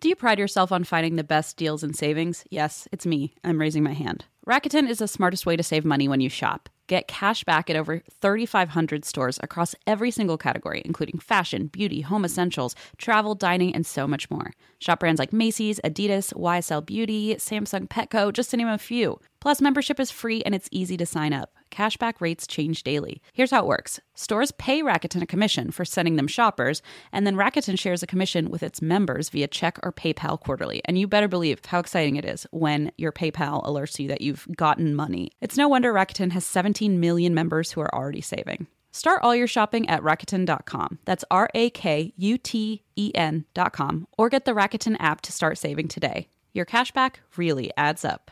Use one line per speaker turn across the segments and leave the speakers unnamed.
Do you pride yourself on finding the best deals and savings? Yes, it's me. I'm raising my hand. Rakuten is the smartest way to save money when you shop. Get cash back at over 3,500 stores across every single category, including fashion, beauty, home essentials, travel, dining, and so much more. Shop brands like Macy's, Adidas, YSL Beauty, Samsung Petco, just to name a few. Plus, membership is free and it's easy to sign up. Cashback rates change daily. Here's how it works stores pay Rakuten a commission for sending them shoppers, and then Rakuten shares a commission with its members via check or PayPal quarterly. And you better believe how exciting it is when your PayPal alerts you that you've gotten money. It's no wonder Rakuten has 17 million members who are already saving. Start all your shopping at Rakuten.com. That's R A K U T E N.com, or get the Rakuten app to start saving today. Your cashback really adds up.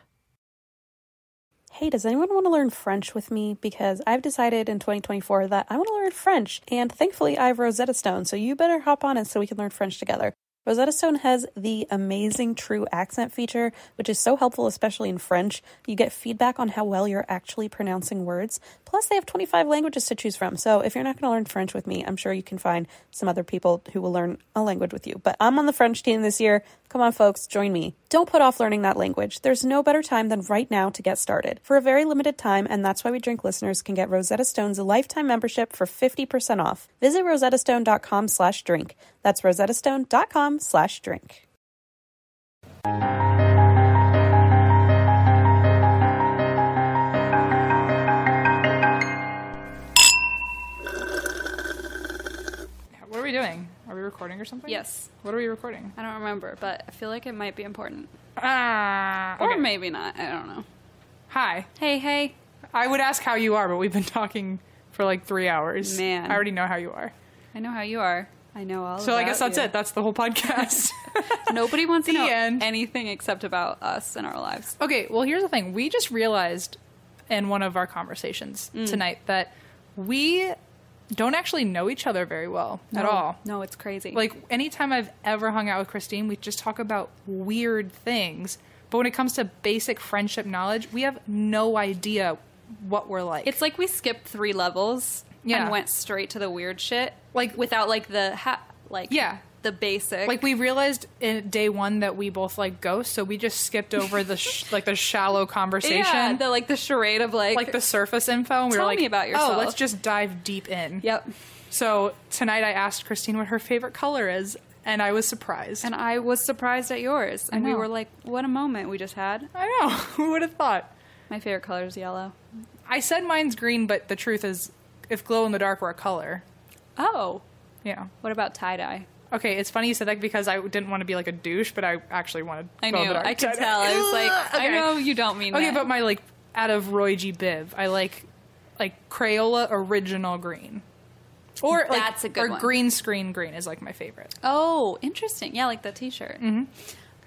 Hey, does anyone want to learn French with me? Because I've decided in 2024 that I want to learn French, and thankfully I have Rosetta Stone, so you better hop on it so we can learn French together. Rosetta Stone has the amazing true accent feature, which is so helpful, especially in French. You get feedback on how well you're actually pronouncing words. Plus, they have 25 languages to choose from. So, if you're not going to learn French with me, I'm sure you can find some other people who will learn a language with you. But I'm on the French team this year. Come on, folks, join me. Don't put off learning that language. There's no better time than right now to get started. For a very limited time, and that's why We Drink listeners can get Rosetta Stone's lifetime membership for 50% off. Visit rosettastone.com slash drink. That's rosettastone.com slash drink.
What are we doing? Are we recording or something?
Yes.
What are we recording?
I don't remember, but I feel like it might be important.
Ah.
Or
okay.
maybe not. I don't know.
Hi.
Hey, hey.
I would ask how you are, but we've been talking for like three hours.
Man.
I already know how you are.
I know how you are. I know all
So I guess that's it. That's the whole podcast.
Nobody wants to
The
know
end.
anything except about us and our lives.
okay, well, here's the thing. We just realized in one of our conversations
Mm.
tonight that we don't actually know each other very well at all.
No, it's crazy.
Like anytime I've ever hung out with Christine, we just talk about weird things. But when it comes to basic friendship knowledge, we have no idea what we're like.
it's like we skipped three levels
Yeah.
and went straight to the weird shit.
Like-
without like the ha- like
Yeah.
the basic
like we realized in day one that we both like ghosts, so we just skipped over the sh- like the shallow conversation,
yeah, the like the charade of like
like the surface info. And we
Tell
were like,
me about
Oh,
yourself."
let's just dive deep in.
yep.
So tonight I asked Christine what her favorite color is, and I was surprised.
And I was surprised at yours, and we
know.
were like, "What a moment we just had!"
I know who would have thought.
My favorite color is yellow.
I said mine's green, but the truth is, if glow in the dark were a color,
Oh,
yeah.
what about tie dye?
Okay, it's funny you said that because I didn't want to be like a douche, but I actually wanted.
I
glow in
knew.
the dark
I could
tie-dye.
tell. I was like, I
Okay.
know you don't mean
Okay,
that.
but my like out of Roy G. Biv, I like like Crayola original green, or like,
That's a good
or
one.
green screen green is like my favorite.
oh, interesting. Yeah, like the T-shirt.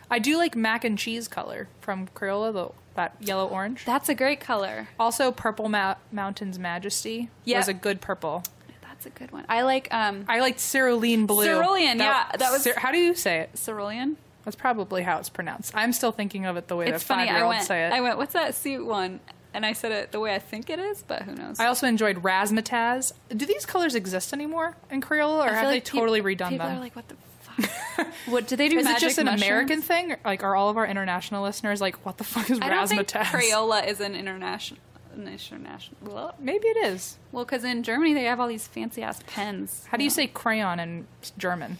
I do like mac and cheese color from Crayola, the, that yellow orange.
That's a great color.
also, Purple Ma- Mountain's Majesty
Yeah.
was a good purple.
That's a good one. I like um
I liked cerulean blue.
Cerulean, yeah, that was-
Cer- how do you say it?
cerulean.
That's probably how it's pronounced. I'm still thinking of it the way
It's
that
funny.
five year
I
olds
went.
say it.
I went. What's that suit one? And I said it the way I think it is, but who knows?
I also enjoyed razzmatazz. Do these colors exist anymore in Crayola, or
I feel
have
like
they
peop-
totally redone
people
them?
Are like, what the fuck? what do they do?
is it
magic
just an
mushrooms?
American thing? Or, Like, are all of our international listeners like, what the fuck is
I don't think
razzmatazz?
Crayola is an international. an International. Well,
Maybe it is.
because in Germany they have all these fancy ass pens.
How do you say crayon in German?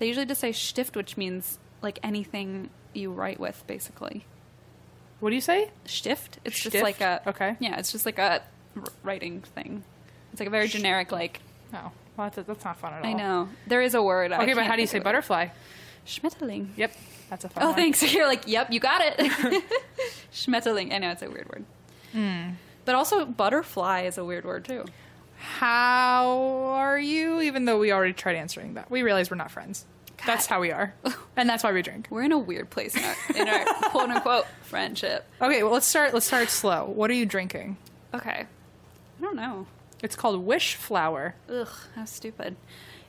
They usually just say Stift, which means like anything you write with, basically.
What do you say?
Stift. It's
Stift?
just like a
Okay.
Yeah, it's just like a r- writing thing. It's like a very generic like.
Oh, well, that's, that's not fun at all.
I know there is a word. I
Oh. Okay, but
can't
how do you say
think of it.
butterfly?
Schmetterling.
Yep, that's a fun
Oh,
one.
thanks. You're like, yep, you got it. Schmetterling. I know it's a weird word. But also, butterfly is a weird word too.
How are you? Even though we already tried answering that, we realize we're not friends. That's how we are, and that's why we drink.
We're in a weird place in our, in our quote unquote friendship.
Okay, well, let's start. Let's start slow. What are you drinking?
Okay. I don't know.
It's called Wish Flower.
Ugh, how stupid.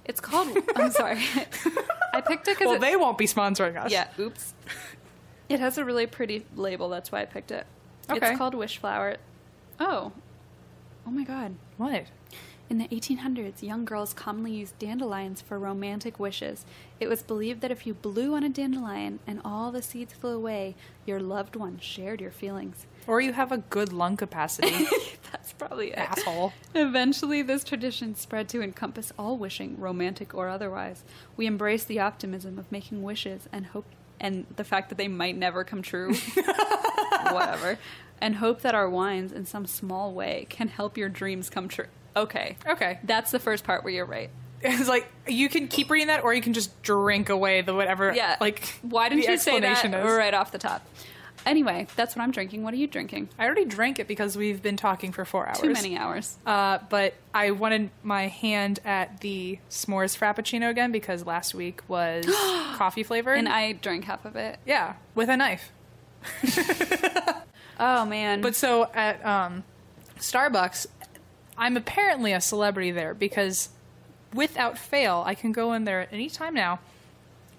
It's called. I'm sorry. I picked it because
Well,
it,
they won't be sponsoring us.
yeah. Oops. It has a really pretty label. That's why I picked it.
Okay.
It's called Wishflower. Oh. Oh my god.
What?
In the 1800s, young girls commonly used dandelions for romantic wishes. It was believed that if you blew on a dandelion and all the seeds flew away, your loved one shared your feelings.
Or you have a good lung capacity,
That's probably it.
asshole.
Eventually, this tradition spread to encompass all wishing, romantic or otherwise. We embrace the optimism of making wishes and hope, and the fact that they might never come true. Whatever. And hope that our wines, in some small way, can help your dreams come true. Okay.
Okay.
That's the first part where you're right.
It's like you can keep reading that, or you can just drink away the whatever.
Yeah.
Like,
why didn't
the
you say that
explanation is.
right off the top? Anyway, that's what I'm drinking. What are you drinking?
I already drank it because we've been talking for four hours.
Too many hours.
Uh, but I wanted my hand at the s'mores frappuccino again because last week was coffee flavored.
And I drank half of it.
yeah, with a knife.
Oh, man.
But so at um, Starbucks, I'm apparently a celebrity there because without fail, I can go in there at any time now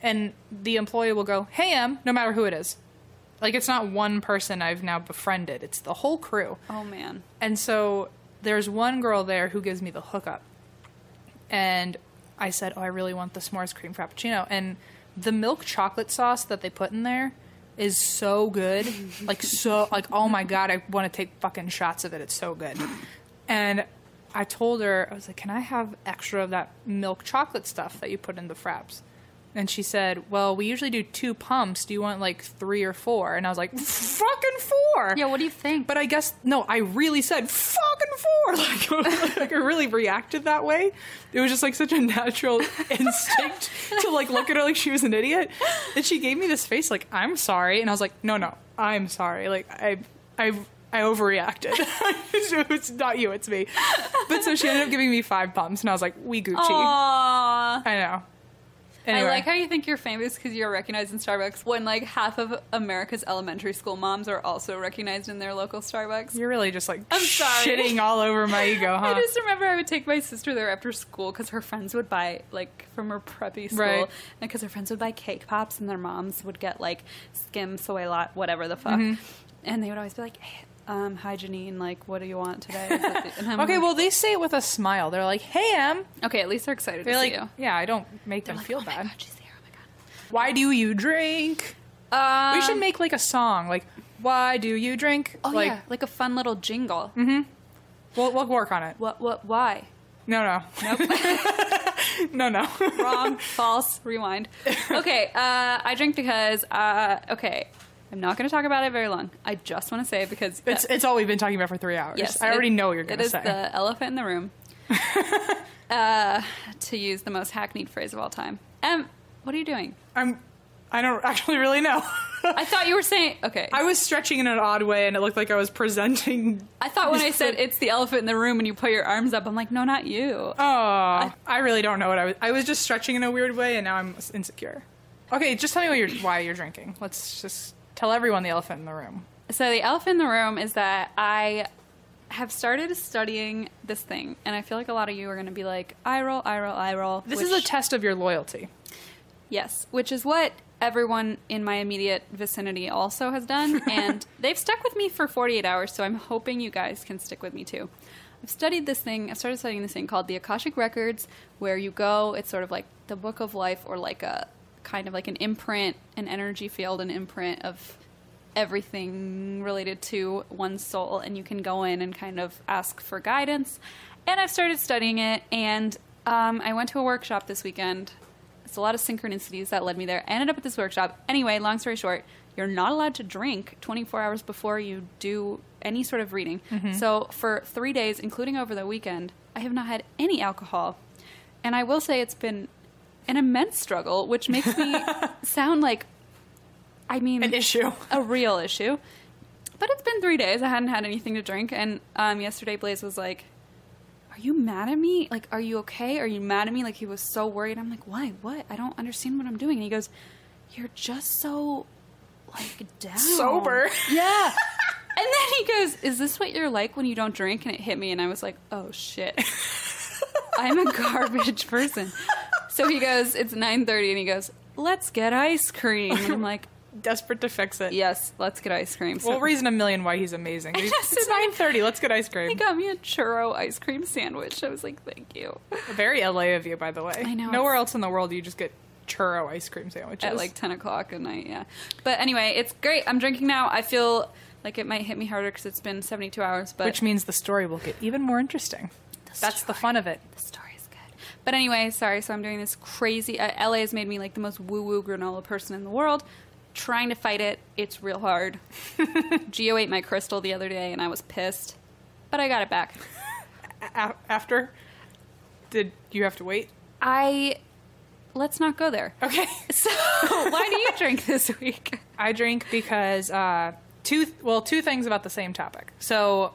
and the employee will go, Hey, Em, no matter who it is. Like, it's not one person I've now befriended, it's the whole crew.
oh, man.
And so there's one girl there who gives me the hookup. And I said, Oh, I really want the s'mores cream frappuccino. And the milk chocolate sauce that they put in there is so good. like, so, like, oh my God, I want to take fucking shots of it. It's so good. And I told her, I was like, Can I have extra of that milk chocolate stuff that you put in the fraps? And she said, Well, we usually do two pumps. Do you want like three or four? And I was like, Fucking four.
Yeah, what do you think?
But I guess no, I really said fucking four. Like, like I really reacted that way. It was just like such a natural instinct to like look at her like she was an idiot. And she gave me this face like I'm sorry, and I was like, no, no, I'm sorry. Like I, I. I overreacted. it's not you, it's me. But so she ended up giving me five pumps, and I was like, "We Gucci."
Aww.
I know.
I like how you think you're famous because you're recognized in Starbucks when like half of America's elementary school moms are also recognized in their local Starbucks.
you're really just like
I'm sorry.
shitting all over my ego, huh?
I just remember I would take my sister there after school because her friends would buy like from her preppy school,
Right.
because her friends would buy cake pops and their moms would get like skim soy lot whatever the fuck,
Mm-hmm.
and they would always be like, "Hey, um, "Hi Janine, like what do you want today?" And I'm
okay,
like-
well, they say it with a smile. They're like, "Hey, Em,
okay, at least they're excited
They're
to
like,
see you.
yeah, I don't make them
Like,
feel
oh my
bad.
God, she's there. Oh my god.
Why do you drink? we should make like a song, like, why do you drink?
Um, Oh
like, Mm-hmm.
yeah, like a fun little jingle.
we'll, we'll work on it.
What? What? Why?
No, no. no, no.
wrong, false, rewind. Okay, uh, I drink because, uh, okay, I'm not going to talk about it very long. I just want to say it because.
It's, it's all we've been talking about for three hours.
yes,
I already
it-
know what you're
it
going to
is
say.
the elephant in the room, uh, to use the most hackneyed phrase of all time. Em, what are you doing?
I'm, I don't actually really know.
I thought you were saying. Okay.
I
I,
was stretching in an odd way and it looked like I was presenting.
thought when I said it's the elephant in the room and you put your arms up, I'm like, no, not you.
Oh, I, really don't know what I was. I was just stretching in a weird way and now I'm insecure. Okay, just tell me what you're, why you're drinking. Let's just tell everyone the elephant in the room.
So the elf in the room is that I have started studying this thing, and I feel like a lot of you are going to be like, "I roll, I roll, I roll."
This
which-
is a test of your loyalty.
yes, which is what everyone in my immediate vicinity also has done, and they've stuck with me for 48 hours. So I'm hoping you guys can stick with me too. I've studied this thing. I've started studying this thing called the Akashic Records, where you go. It's sort of like the Book of Life, or like a kind of like an imprint, an energy field, an imprint of everything related to one's soul, and you can go in and kind of ask for guidance. And I've started studying it, and um, I went to a workshop this weekend. It's a lot of synchronicities that led me there. I ended up at this workshop. Anyway, long story short, you're not allowed to drink 24 hours before you do any sort of reading. So for three days, including over the weekend, I have not had any alcohol. And I will say it's been an immense struggle, which makes me sound like, I mean,
An issue.
a real issue. But it's been three days. I hadn't had anything to drink, and um, yesterday Blaze was like, "Are you mad at me? Like, are you okay? Are you mad at me?" Like he was so worried. I'm like, "Why? What? I don't understand what I'm doing." And he goes, "You're just so like down,
Sober.
Yeah. and then he goes, "Is this what you're like when you don't drink?" And it hit me, and I was like, "Oh shit." I'm a garbage person. So he goes, it's 9:30 and he goes, "Let's get ice cream." And I'm like,
desperate to fix it.
Yes, let's get ice cream. So
We'll reason a million why he's amazing.
I just-
it's nine thirty. Let's get ice cream.
he got me a churro ice cream sandwich. I was like, thank you.
Very LA of you, by the way.
I know,
Nowhere
it's-
else in the world do you just get churro ice cream sandwiches.
At like 10 o'clock at night, yeah. But anyway, it's great. I'm drinking now. I feel like it might hit me harder because it's been 72 hours, but
Which means the story will get even more interesting. That's the fun of it.
the story is good. But anyway, sorry. So I'm doing this crazy. Uh, LA has made me like the most woo woo granola person in the world. Trying to fight it, it's real hard. Geo ate my crystal the other day and I was pissed, but I got it back.
A- after, did you have to wait?
I. Let's not go there.
Okay.
So, why do you drink this week?
I drink because uh, two well two things about the same topic. So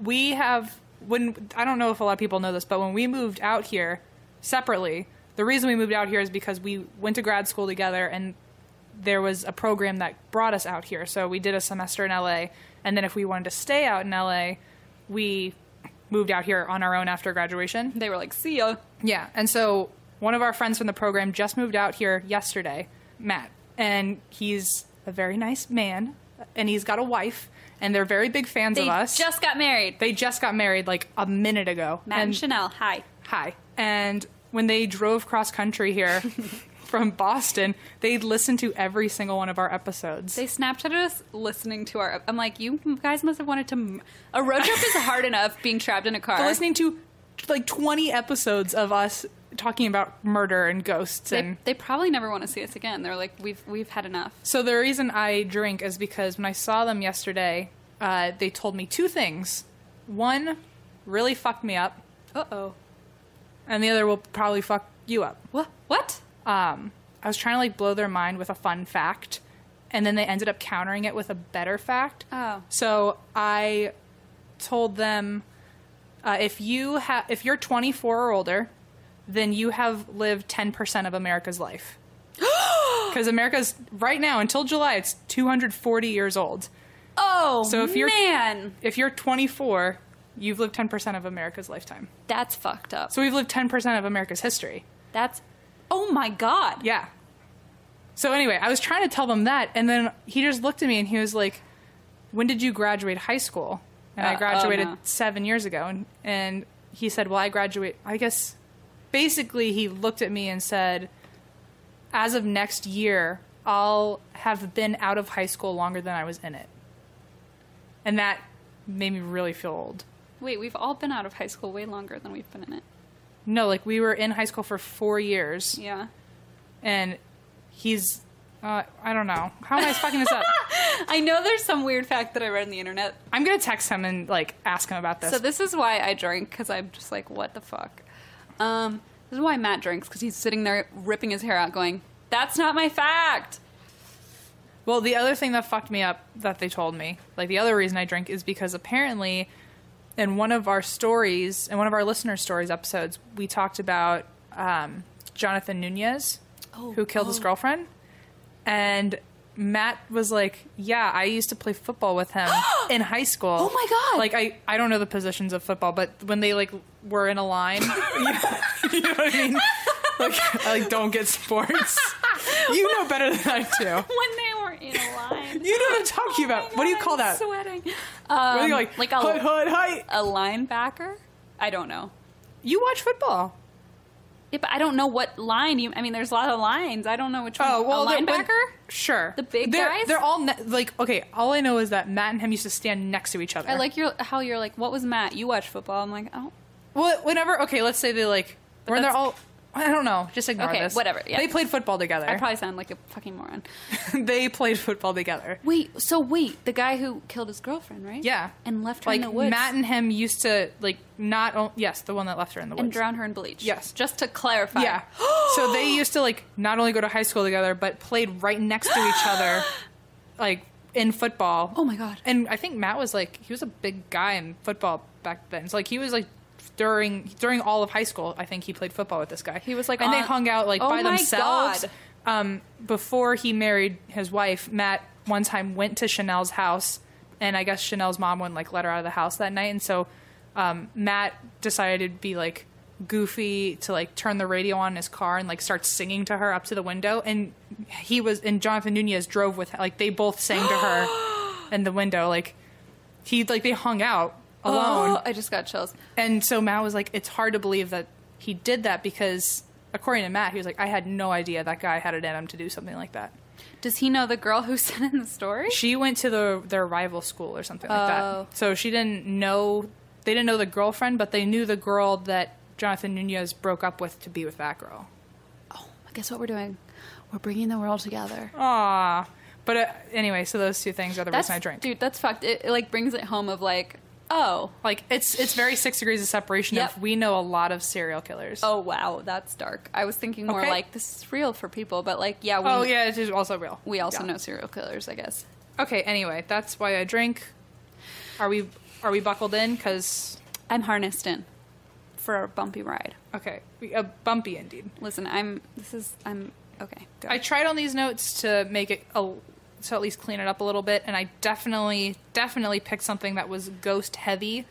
we have when I don't know if a lot of people know this, but when we moved out here separately, the reason we moved out here is because we went to grad school together and there was a program that brought us out here. So we did a semester in LA and then if we wanted to stay out in LA, we moved out here on our own after graduation.
They were like, see ya.
Yeah. And so one of our friends from the program just moved out here yesterday, Matt. And he's a very nice man and he's got a wife and they're very big fans
They
of us.
just got married.
they just got married like a minute ago.
Matt and
and
Chanel, hi.
hi. And when they drove cross country here from Boston, they listened to every single one of our episodes.
They Snapchatted us listening to our. I'm like, you guys must have wanted to. m- A road trip is hard enough being trapped in a car.
They're listening to like 20 episodes of us talking about murder and ghosts and
They, they probably never want to see us again. They're like, we've we've had enough.
So the reason I drink is because when I saw them yesterday, uh, they told me two things. One really fucked me up,
Uh oh.
and the other will probably fuck you up.
What? What?
Um, I was trying to like blow their mind with a fun fact, and then they ended up countering it with a better fact.
Oh.
So I told them uh, if you ha- if you're 24 or older, then you have lived 10% of America's life. Because America's right now until July, it's 240 years old.
Oh.
So if you're-
man,
if you're 24, you've lived 10% of America's lifetime.
that's fucked up.
So we've lived 10% of America's history.
that's. Oh my god.
Yeah. So anyway, I was trying to tell them that, and then he just looked at me and he was like, "When did you graduate high school?" And
Uh,
I
oh,
graduated
no.
seven years ago, and and he said, "Well, I graduate." I guess basically he looked at me and said, "As of next year, I'll have been out of high school longer than I was in it," and that made me really feel old.
Wait, we've all been out of high school way longer than we've been in it.
No, like we were in high school for four years,
Yeah.
and he's. Uh, I don't know. How am I fucking this up?
I know there's some weird fact that I read on the internet.
I'm gonna text him and like ask him about this.
So this is why I drink because I'm just like, what the fuck. Um, this is why Matt drinks because he's sitting there ripping his hair out, going, "That's not my fact."
well, the other thing that fucked me up that they told me, like the other reason I drink is because apparently, in one of our stories, in one of our listener stories episodes, we talked about um, Jonathan Nunez,
Oh,
who killed his girlfriend, and Matt was like, "Yeah, I used to play football with him in high school."
Oh my God.
Like I, I don't know the positions of football, but when they like were in a line, you know what I mean? Like, I like, don't get sports. You know better than I do.
When they were in a line.
You know what I'm talking about. what do you
God,
call
I'm
that?
Sweating.
what do
Um,
you like?
like
Like
a-
a hood, hood, hi.
a linebacker? I don't know.
You watch football.
Yeah, but I don't know what line you. I mean, there's a lot of lines. I don't know which one.
Oh well,
a
they're- when-
linebacker.
sure.
The big
they're,
guys?
They're all ne- like okay. All I know is that Matt and him used to stand next to each other.
I like your how you're like. What was Matt? You watch football? I'm like, oh,
Well, whenever okay, let's say they like when they're
that's-
all. I don't know. Just ignore
Okay,
this.
whatever, yeah.
They played football together.
I probably sound like a fucking moron.
they played football together.
Wait, so wait, the guy who killed his girlfriend, right?
Yeah.
and left her
like
in the woods
Matt and him used to like not o- yes, the one that left her in the woods.
and drowned her in bleach.
Yes.
just to clarify.
Yeah. so they used to like not only go to high school together but played right next to each other like in football.
Oh my God.
And I think Matt was like he was a big guy in football back then. So like he was like during during all of high school, I think he played football with this guy. He
was, like,
and they
on-
hung out like
Oh
by
my
themselves.
God.
Um before he married his wife, Matt one time went to Chanel's house and I guess Chanel's mom wouldn't like let her out of the house that night and so um, Matt decided to be like goofy to like turn the radio on in his car and like start singing to her up to the window and he was and jonathan nunez drove with like they both sang to her in the window like he like they hung out alone
Oh, I just got chills.
and so matt was like it's hard to believe that he did that because according to matt he was like i had no idea that guy had it in him to do something like that
Does he know the girl who sent in the story?
she went to the their rival school or something like
Oh.
that. So she didn't know they didn't know the girlfriend, but they knew the girl that Jonathan Nunez broke up with to be with that girl.
Guess what we're doing? We're bringing the world together.
Ah, but uh, anyway, so those two things are the reason I drink.
dude. That's fucked. It, it like brings it home of like, oh,
Like it's it's very six degrees of separation.
Yep.
If we know a lot of serial killers.
oh wow, that's dark. I was thinking more
Okay.
like this is real for people, but like yeah, we
oh yeah, it is also real.
we also
Yeah.
know serial killers, I guess.
Okay, anyway, that's why I drink. Are we are we buckled in? Because
I'm harnessed in for a bumpy ride.
okay, we, uh, bumpy indeed.
Listen, I'm. This is. I'm okay. Go.
I tried on these notes to make it a, to at least clean it up a little bit, and I definitely, definitely picked something that was ghost heavy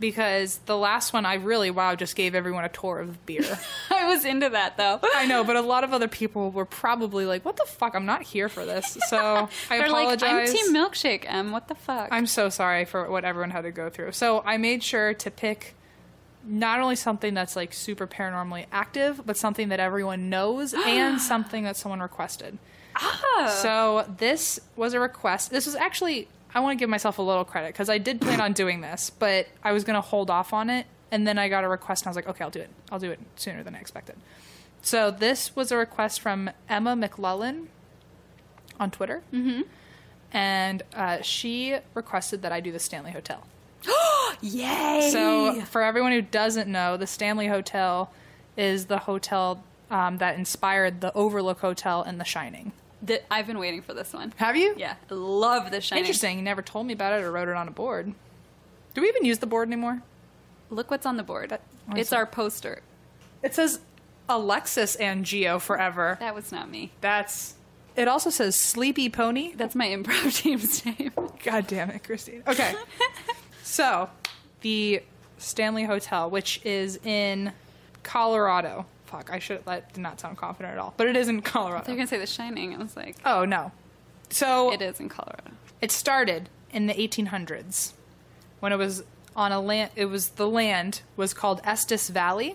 because the last one I really wow just gave everyone a tour of beer.
I was into that though.
I know, but a lot of other people were probably like, "What the fuck? I'm not here for this." So I
They're
apologize.
like, I'm Team Milkshake, Em. What the fuck?
I'm so sorry for what everyone had to go through. So I made sure to pick not only something that's like super paranormally active, but something that everyone knows and something that someone requested. So this was a request. This was actually I want to give myself a little credit because I did plan on doing this, but I was going to hold off on it, and then I got a request, and I was like, okay, I'll do it. I'll do it sooner than I expected. So this was a request from Emma McLellan on Twitter, mm-hmm. and uh, she requested that I do the Stanley Hotel.
Yay!
So, for everyone who doesn't know, the Stanley Hotel is the hotel um, that inspired the Overlook Hotel in The Shining.
Th- I've been waiting for this one.
Have you?
Yeah, love the shining.
Interesting. You never told me about it or wrote it on a board. Do we even use the board anymore?
Look what's on the board.
what is
It's our poster.
It says Alexis and Geo forever.
That was not me.
That's. It also says Sleepy Pony.
That's my improv team's name.
God damn it, Christine. Okay. so, the Stanley Hotel, which is in Colorado. Fuck, I should that did not sound confident at all, but it is in
They're
Colorado.
gonna say The Shining. I was like,
Oh no. So
it is in Colorado.
It started in the 1800s when it was on a land. It was the land was called Estes Valley.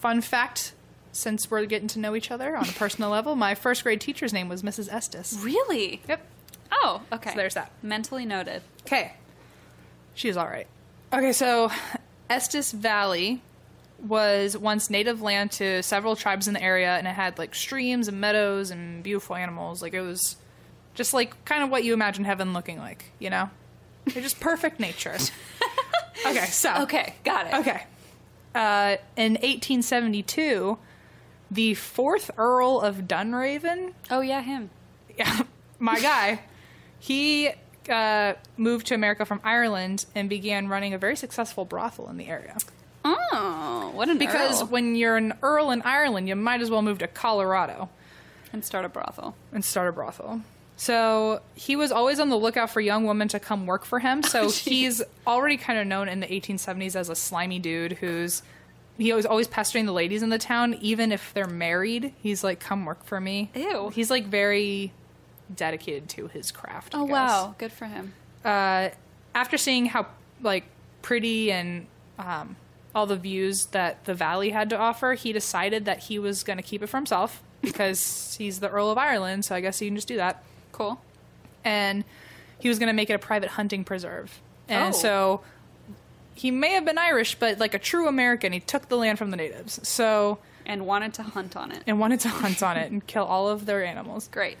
Fun fact: since we're getting to know each other on a personal level, my first grade teacher's name was Mrs.
Mm.
Estes.
Really?
Yep.
Oh, okay.
So there's that.
Mentally noted.
Okay. She was all right. Okay, so Estes Valley was once native land to several tribes in the area, and it had like streams and meadows and beautiful animals. Like it was just like kind of what you imagine heaven looking like, you know? It's just perfect nature. okay, so
Okay, got it.
Okay. Uh, in 1872, the fourth Earl of Dunraven
Oh yeah, him.
yeah, my guy, he uh, moved to America from Ireland and began running a very successful brothel in the area.
Oh, what an
Because
earl.
when you're an earl in Ireland, you might as well move to Colorado
and start a brothel.
and start a brothel. So he was always on the lookout for young women to come work for him.
Oh,
So he's already kind of known in the 1870s as a slimy dude who's he was always pestering the ladies in the town, even if they're married. He's like, "Come work for me."
Ew.
He's like very dedicated to his craft. I
Oh
guess
wow, good for him.
uh, after seeing how like pretty and um, all the views that the valley had to offer, he decided that he was going to keep it for himself because he's the Earl of Ireland, so I guess he can just do that.
Cool.
And he was going to make it a private hunting preserve, and
Oh.
so he may have been Irish, but like a true American, he took the land from the natives. So
And wanted to hunt on it.
and wanted to hunt on it and kill all of their animals.
Great.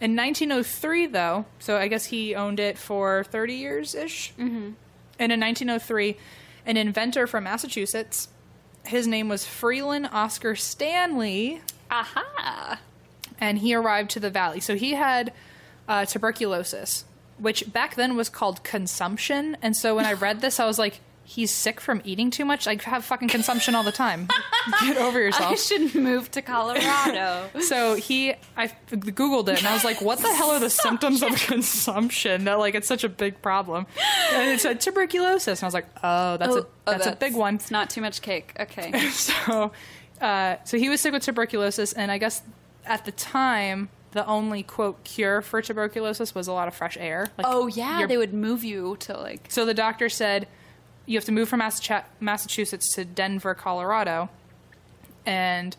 In 1903, though, so I guess he owned it for 30 years ish. Mm-hmm. And in 1903, an inventor from Massachusetts, his name was Freeland Oscar Stanley,
Aha.
and he arrived to the valley. So he had uh, tuberculosis, which back then was called consumption. And so when I read this, I was like, he's sick from eating too much. I have fucking consumption all the time. Get over
I
yourself.
should move to Colorado.
So he, I googled it and I was like, "What the hell are the symptoms of consumption? That like it's such a big problem." And it said tuberculosis, and I was like, "Oh, that's
Oh,
a
oh,
that's, a big one."
It's not too much cake. Okay.
So, uh, so he was sick with tuberculosis, and I guess at the time, the only quote cure for tuberculosis was a lot of fresh air. Like,
Oh yeah,
your-
they would move you to like
So the doctor said, you have to move from Massacha- Massachusetts to Denver, Colorado. And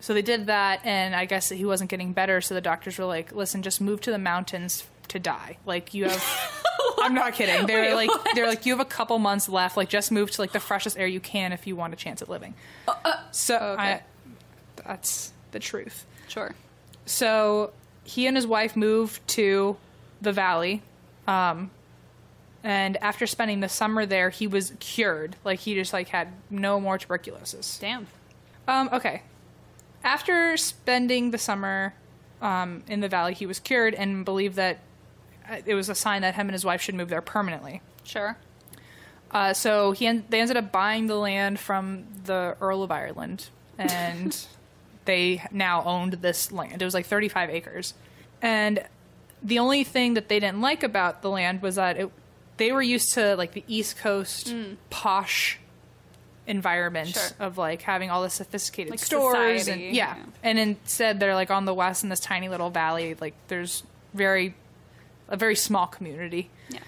so they did that, and I guess he wasn't getting better. So the doctors were like, listen, just move to the mountains to die. Like, you have. I'm not kidding. They were like, they're like, you have a couple months left. Like, just move to like the freshest air you can if you want a chance at living. so I, that's the truth.
sure.
So he and his wife moved to the valley. Um, and after spending the summer there, he was cured. Like he just like had no more tuberculosis.
Damn.
Um, okay. After spending the summer um, in the valley, he was cured and believed that uh, it was a sign that him and his wife should move there permanently.
Sure.
Uh, so he en- they ended up buying the land from the Earl of Ireland, and they now owned this land. It was like 35 acres, and the only thing that they didn't like about the land was that it, they were used to like the East Coast posh environment
Sure.
of like having all the sophisticated
Like
stores
society,
and yeah.
yeah.
and instead they're like on the west in this tiny little valley like there's very a very small community
Yeah.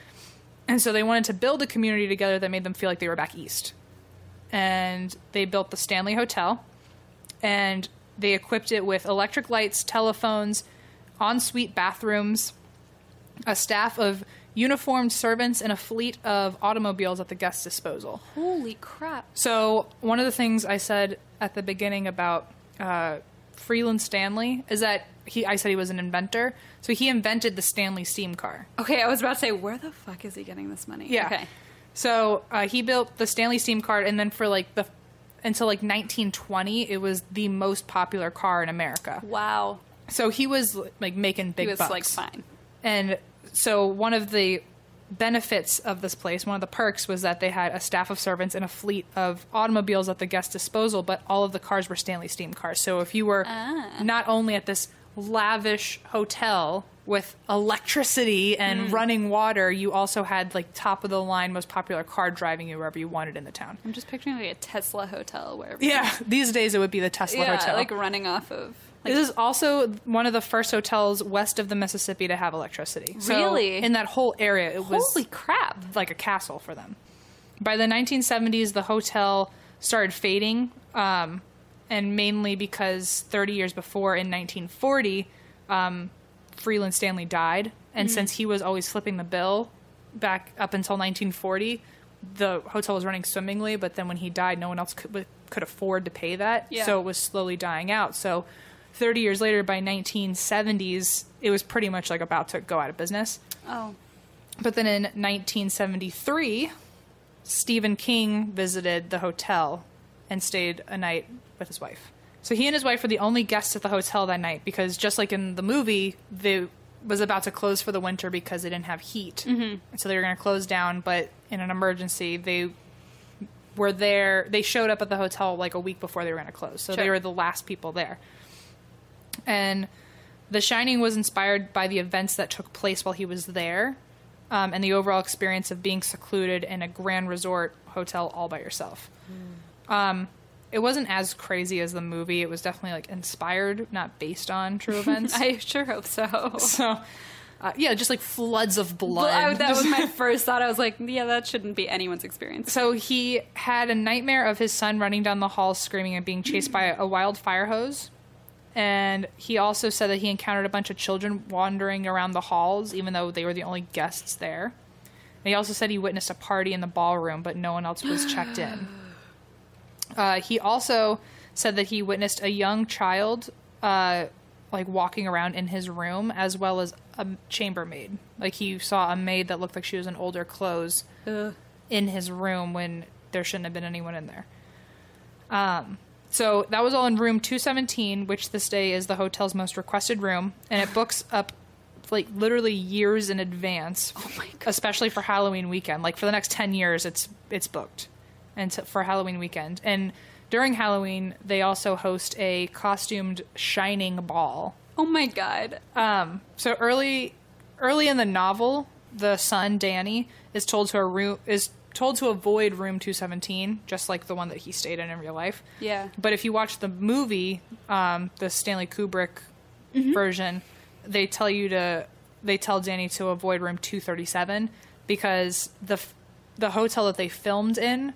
and so they wanted to build a community together that made them feel like they were back east. And they built the Stanley Hotel and they equipped it with electric lights, telephones, ensuite bathrooms, a staff of uniformed servants, and a fleet of automobiles at the guests' disposal.
Holy crap.
So one of the things I said at the beginning about uh, Freeland Stanley is that he, I said he was an inventor. So he invented the Stanley steam car.
Okay, I was about to say, where the fuck is he getting this money?
Yeah.
Okay.
So uh, he built the Stanley steam car, and then for like the until like 1920, it was the most popular car in America.
Wow.
So he was like making big
he was
bucks.
like fine.
And so one of the benefits of this place, one of the perks, was that they had a staff of servants and a fleet of automobiles at the guest disposal, but all of the cars were Stanley steam cars. So if you were
Ah.
not only at this lavish hotel with electricity
Mm.
and running water, you also had like top of the line, most popular car driving you wherever you wanted in the town.
I'm just picturing like a Tesla hotel where
Yeah, these days it would be the Tesla
yeah,
hotel.
like running off of like,
this is also one of the first hotels west of the Mississippi to have electricity. So
Really?
in that whole area, it was
holy crap.
like a castle for them. By the 1970s, the hotel started fading, um, and mainly because 30 years before, in 1940, um, Freeland Stanley died, and since he was always flipping the bill back up until 1940, the hotel was running swimmingly. But then when he died, no one else could, could afford to pay that,
Yeah.
so it was slowly dying out. So 30 years later, by 1970s, it was pretty much like about to go out of business.
Oh.
But then in 1973, Stephen King visited the hotel and stayed a night with his wife. So he and his wife were the only guests at the hotel that night because just like in the movie, they was about to close for the winter because they didn't have heat. Mm-hmm. So they were going to close down, but in an emergency, they were there. They showed up at the hotel like a week before they were going to close. So they
Sure.
were the last people there. And The Shining was inspired by the events that took place while he was there um, and the overall experience of being secluded in a grand resort hotel all by yourself.
Hmm.
Um, it wasn't as crazy as the movie. It was definitely like inspired, not based on true events.
I sure hope so.
so, uh, yeah, just like floods of blood.
Well, I, that was my first thought. I was like, yeah, that shouldn't be anyone's experience.
So he had a nightmare of his son running down the hall screaming and being chased by a wild fire hose. And he also said that he encountered a bunch of children wandering around the halls, even though they were the only guests there. And he also said he witnessed a party in the ballroom, but no one else was checked in. Uh, he also said that he witnessed a young child, uh, like walking around in his room, as well as a chambermaid. Like he saw a maid that looked like she was in older clothes in his room when there shouldn't have been anyone in there. Um, so that was all in room 217, which this day is the hotel's most requested room, and it books up like literally years in advance. Oh my god! Especially for Halloween weekend, like for the next ten years, it's it's booked, and to, for Halloween weekend and during Halloween they also host a costumed Shining ball.
Oh my god.
Um, so early, early in the novel, the son Danny is told to a room is told to avoid room 217, just like the one that he stayed in in real life.
Yeah.
But if you watch the movie, um, the Stanley Kubrick version, they tell you to they tell Danny to avoid room 237 because the f- the hotel that they filmed in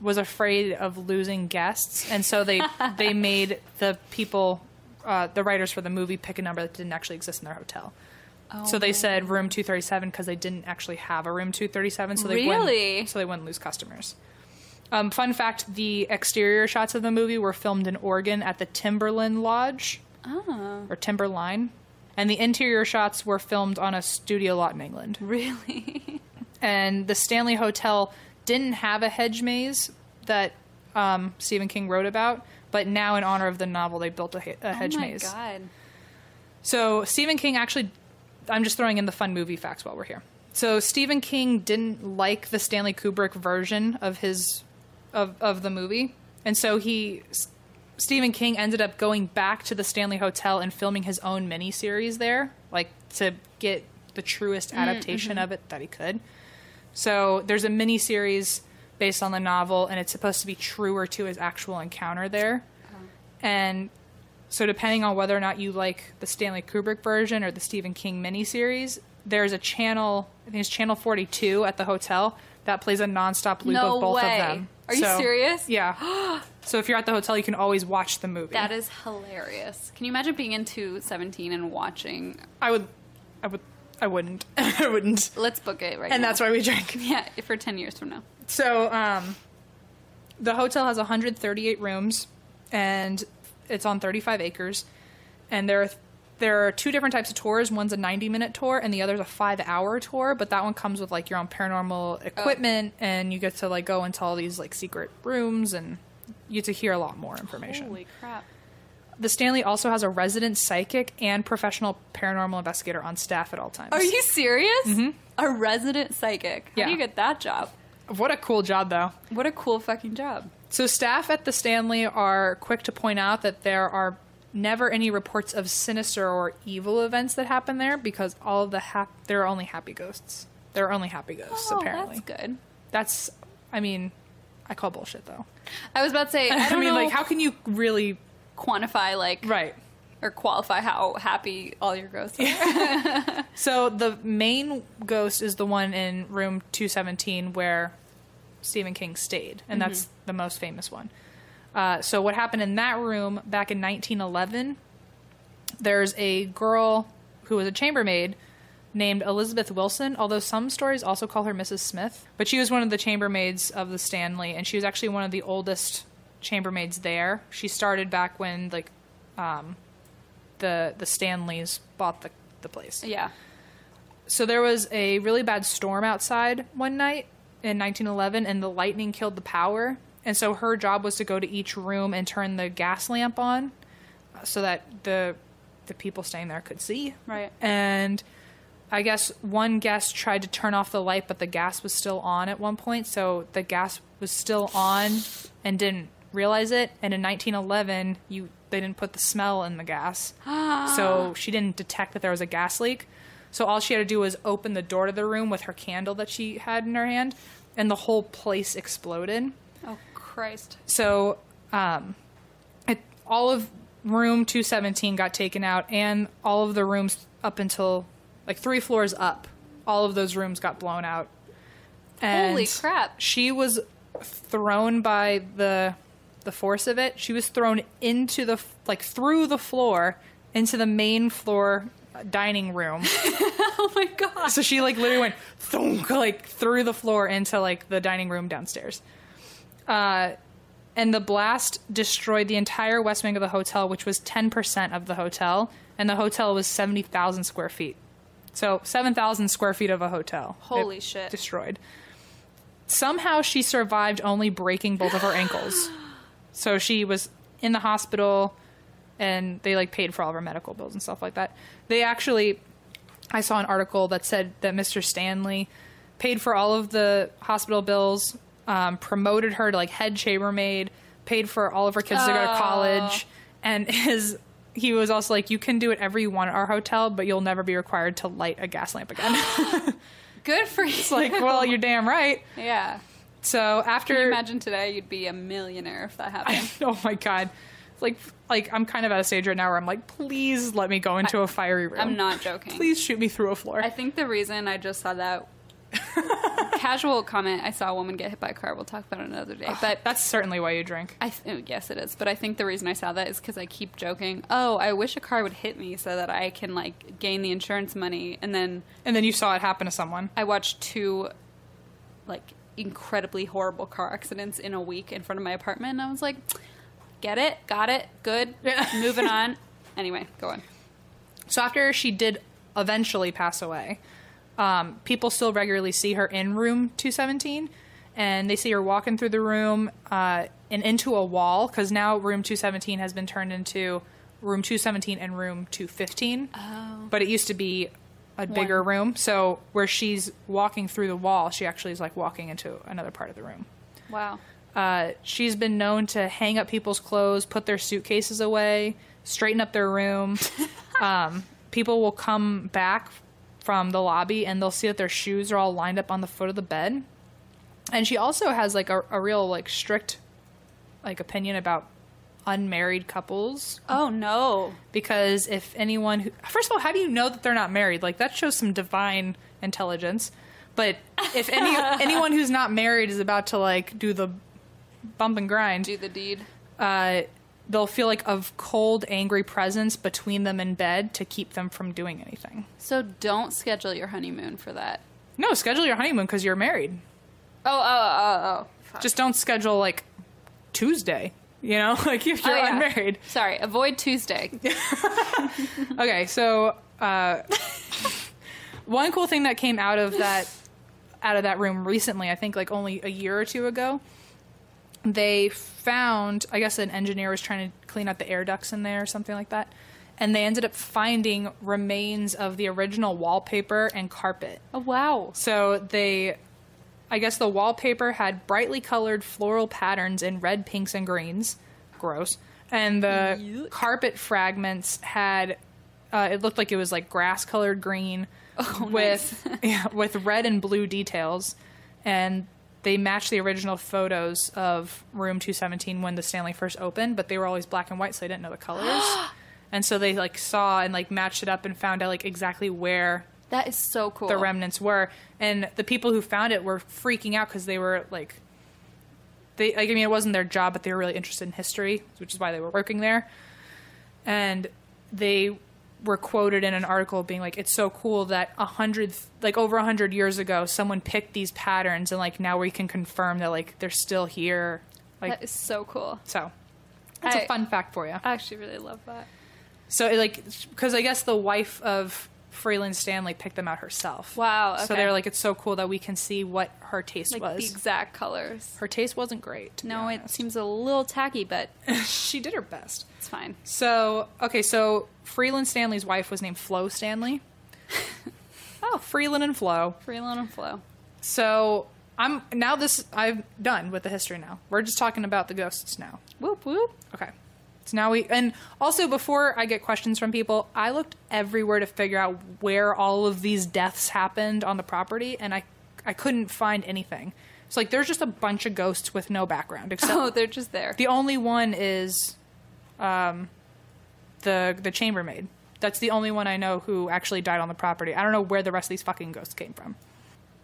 was afraid of losing guests, and so they they made the people uh, the writers for the movie pick a number that didn't actually exist in their hotel. So they said room 237 because they didn't actually have a room 237, so they
Really?
wouldn't, so they wouldn't lose customers. Um, fun fact: the exterior shots of the movie were filmed in Oregon at the Timberland Lodge
Oh,
or Timberline, and the interior shots were filmed on a studio lot in England.
really?
And the Stanley Hotel didn't have a hedge maze that um, Stephen King wrote about, but now in honor of the novel, they built a, he- a hedge
oh my
maze.
god.
So Stephen King actually, I'm just throwing in the fun movie facts while we're here. So Stephen King didn't like the Stanley Kubrick version of his of of the movie, and so he S- Stephen King ended up going back to the Stanley Hotel and filming his own miniseries there, like to get the truest adaptation of it that he could. So there's a miniseries based on the novel, and it's supposed to be truer to his actual encounter there. And so, depending on whether or not you like the Stanley Kubrick version or the Stephen King miniseries, there's a channel, I think it's channel 42 at the hotel that plays a nonstop loop
No
of both
way.
of them.
Are you
So-
serious?
Yeah. so, if you're at the hotel, you can always watch the movie.
That is hilarious. Can you imagine being into 17 and watching?
I would, I would, I wouldn't. I wouldn't.
Let's book it right
And
now.
that's why we drink.
Yeah, for 10 years from now.
So, um, the hotel has 138 rooms, and it's on 35 acres. And there are there are two different types of tours. One's a 90 minute tour, and the other's a five hour tour. But that one comes with like your own paranormal equipment, and you get to like go into all these like secret rooms, and you get to hear a lot more information.
Holy crap.
the Stanley also has a resident psychic and professional paranormal investigator on staff at all times.
Are you serious? A resident psychic. How
Mm-hmm. Yeah.
do you get that job?
What a cool job, though.
What a cool fucking job.
So staff at the Stanley are quick to point out that there are never any reports of sinister or evil events that happen there because all of the hap- there are only happy ghosts. There are only happy ghosts
oh,
apparently.
that's good.
That's I mean, I call bullshit though.
I was about to say, I don't
mean
know,
like how can you really
quantify like
right.
or qualify how happy all your ghosts are.
So the main ghost is the one in room 217 where Stephen King stayed, and that's the most famous one. Uh, so what happened in that room back in 1911? There's a girl who was a chambermaid named Elizabeth Wilson, although some stories also call her Mrs. Smith. But she was one of the chambermaids of the Stanley, and she was actually one of the oldest chambermaids there. She started back when like um, the the Stanleys bought the the place
Yeah.
so there was a really bad storm outside one night in 1911 and the lightning killed the power and so her job was to go to each room and turn the gas lamp on uh, so that the the people staying there could see
Right.
and i guess one guest tried to turn off the light but the gas was still on at one point so the gas was still on and didn't realize it and in 1911 you they didn't put the smell in the gas so she didn't detect that there was a gas leak. So all she had to do was open the door to the room with her candle that she had in her hand, and the whole place exploded.
Oh Christ.
So um, it, all of room 217 got taken out, and all of the rooms up until like three floors up, all of those rooms got blown out. And
Holy crap.
She was thrown by the the force of it. She was thrown into the f- like through the floor into the main floor dining room.
Oh my god.
so she like literally went thunk like through the floor into like the dining room downstairs. Uh and the blast destroyed the entire west wing of the hotel, which was 10% of the hotel, and the hotel was 70,000 square feet. So 7,000 square feet of a hotel.
Holy
It
shit.
Destroyed. Somehow she survived only breaking both of her ankles. So she was in the hospital and they like paid for all of her medical bills and stuff like that. They actually I saw an article that said that Mr. Stanley paid for all of the hospital bills, um, promoted her to like head chambermaid, paid for all of her kids to go to
Oh.
college, and his he was also like, "You can do whatever you want at our hotel, but you'll never be required to light a gas lamp again."
Good for you.
it's like, well, you're damn right.
yeah.
So after
Can you imagine today you'd be a millionaire if that happened?
oh my god like like i'm kind of at a stage right now where i'm like please let me go into a fiery room
I'm not joking.
please shoot me through a floor
I think the reason I just saw that casual comment, I saw a woman get hit by a car. We'll talk about it another day. But
that's certainly why you drink
I th- oh, yes, it is. But I think the reason I saw that is because I keep joking. Oh, I wish a car would hit me so that I can like gain the insurance money. And then
and then you saw it happen to someone
I watched two like incredibly horrible car accidents in a week in front of my apartment, and I was like, "Get it, got it, good,
Yeah.
moving on." Anyway, go on.
so after she did eventually pass away um, people still regularly see her in room 217 and they see her walking through the room uh, and into a wall because now room 217 has been turned into room 217 and room 215 oh. but it used to be a bigger room so where she's walking through the wall she actually is like walking into another part of the room
Wow.
uh, she's been known to hang up people's clothes, put their suitcases away, straighten up their room. um, people will come back from the lobby and they'll see that their shoes are all lined up on the foot of the bed. And she also has like a, a real like strict like opinion about unmarried couples
Oh no.
because if anyone who first of all how do you know that they're not married like that shows some divine intelligence but if any anyone who's not married is about to like do the bump and grind
Do the deed.
uh, they'll feel like of cold angry presence between them in bed to keep them from doing anything
So don't schedule your honeymoon for that.
no schedule your honeymoon because you're married
Oh oh oh oh. Fuck.
just don't schedule like tuesday you know like if you're
Oh, yeah.
unmarried
Sorry. Avoid Tuesday.
Okay, so uh, one cool thing that came out of that out of that room recently, I think like only a year or two ago, they found I guess an engineer was trying to clean out the air ducts in there or something like that, and they ended up finding remains of the original wallpaper and carpet.
oh wow.
So they, I guess the wallpaper had brightly colored floral patterns in red, pinks, and greens. Gross. And the carpet fragments had, uh, it looked like it was like grass colored green with yeah, with red and blue details, and they matched the original photos of room 217 when the Stanley first opened, but they were always black and white, so they didn't know the colors. and so they like saw and like matched it up and found out like exactly where
That is so cool.
the remnants were and the people who found it were freaking out because they were like they like, i mean it wasn't their job but they were really interested in history which is why they were working there and they were quoted in an article being like it's so cool that a hundred like over a hundred years ago someone picked these patterns and like now we can confirm that like they're still here like
That is so cool.
so that's a
I-
fun fact for you
I actually really love that.
so it, like because i guess the wife of freeland stanley picked them out herself
Wow.
so
okay.
they're like, it's so cool that we can see what her taste
like the
was.
exact colors.
her taste wasn't great. to be
No, it
honest.
seems a little tacky, but
she did her best.
it's fine.
So okay, so Freeland Stanley's wife was named Flo Stanley. oh, Freeland and Flo.
Free loan and flow.
So I'm now this I'm done with the history. Now we're just talking about the ghosts now.
Whoop whoop.
Okay. So now we and also before I get questions from people, I looked everywhere to figure out where all of these deaths happened on the property and I I couldn't find anything. So like there's just a bunch of ghosts with no background except
Oh, they're just there.
the only one is um the the chambermaid. That's the only one I know who actually died on the property. I don't know where the rest of these fucking ghosts came from.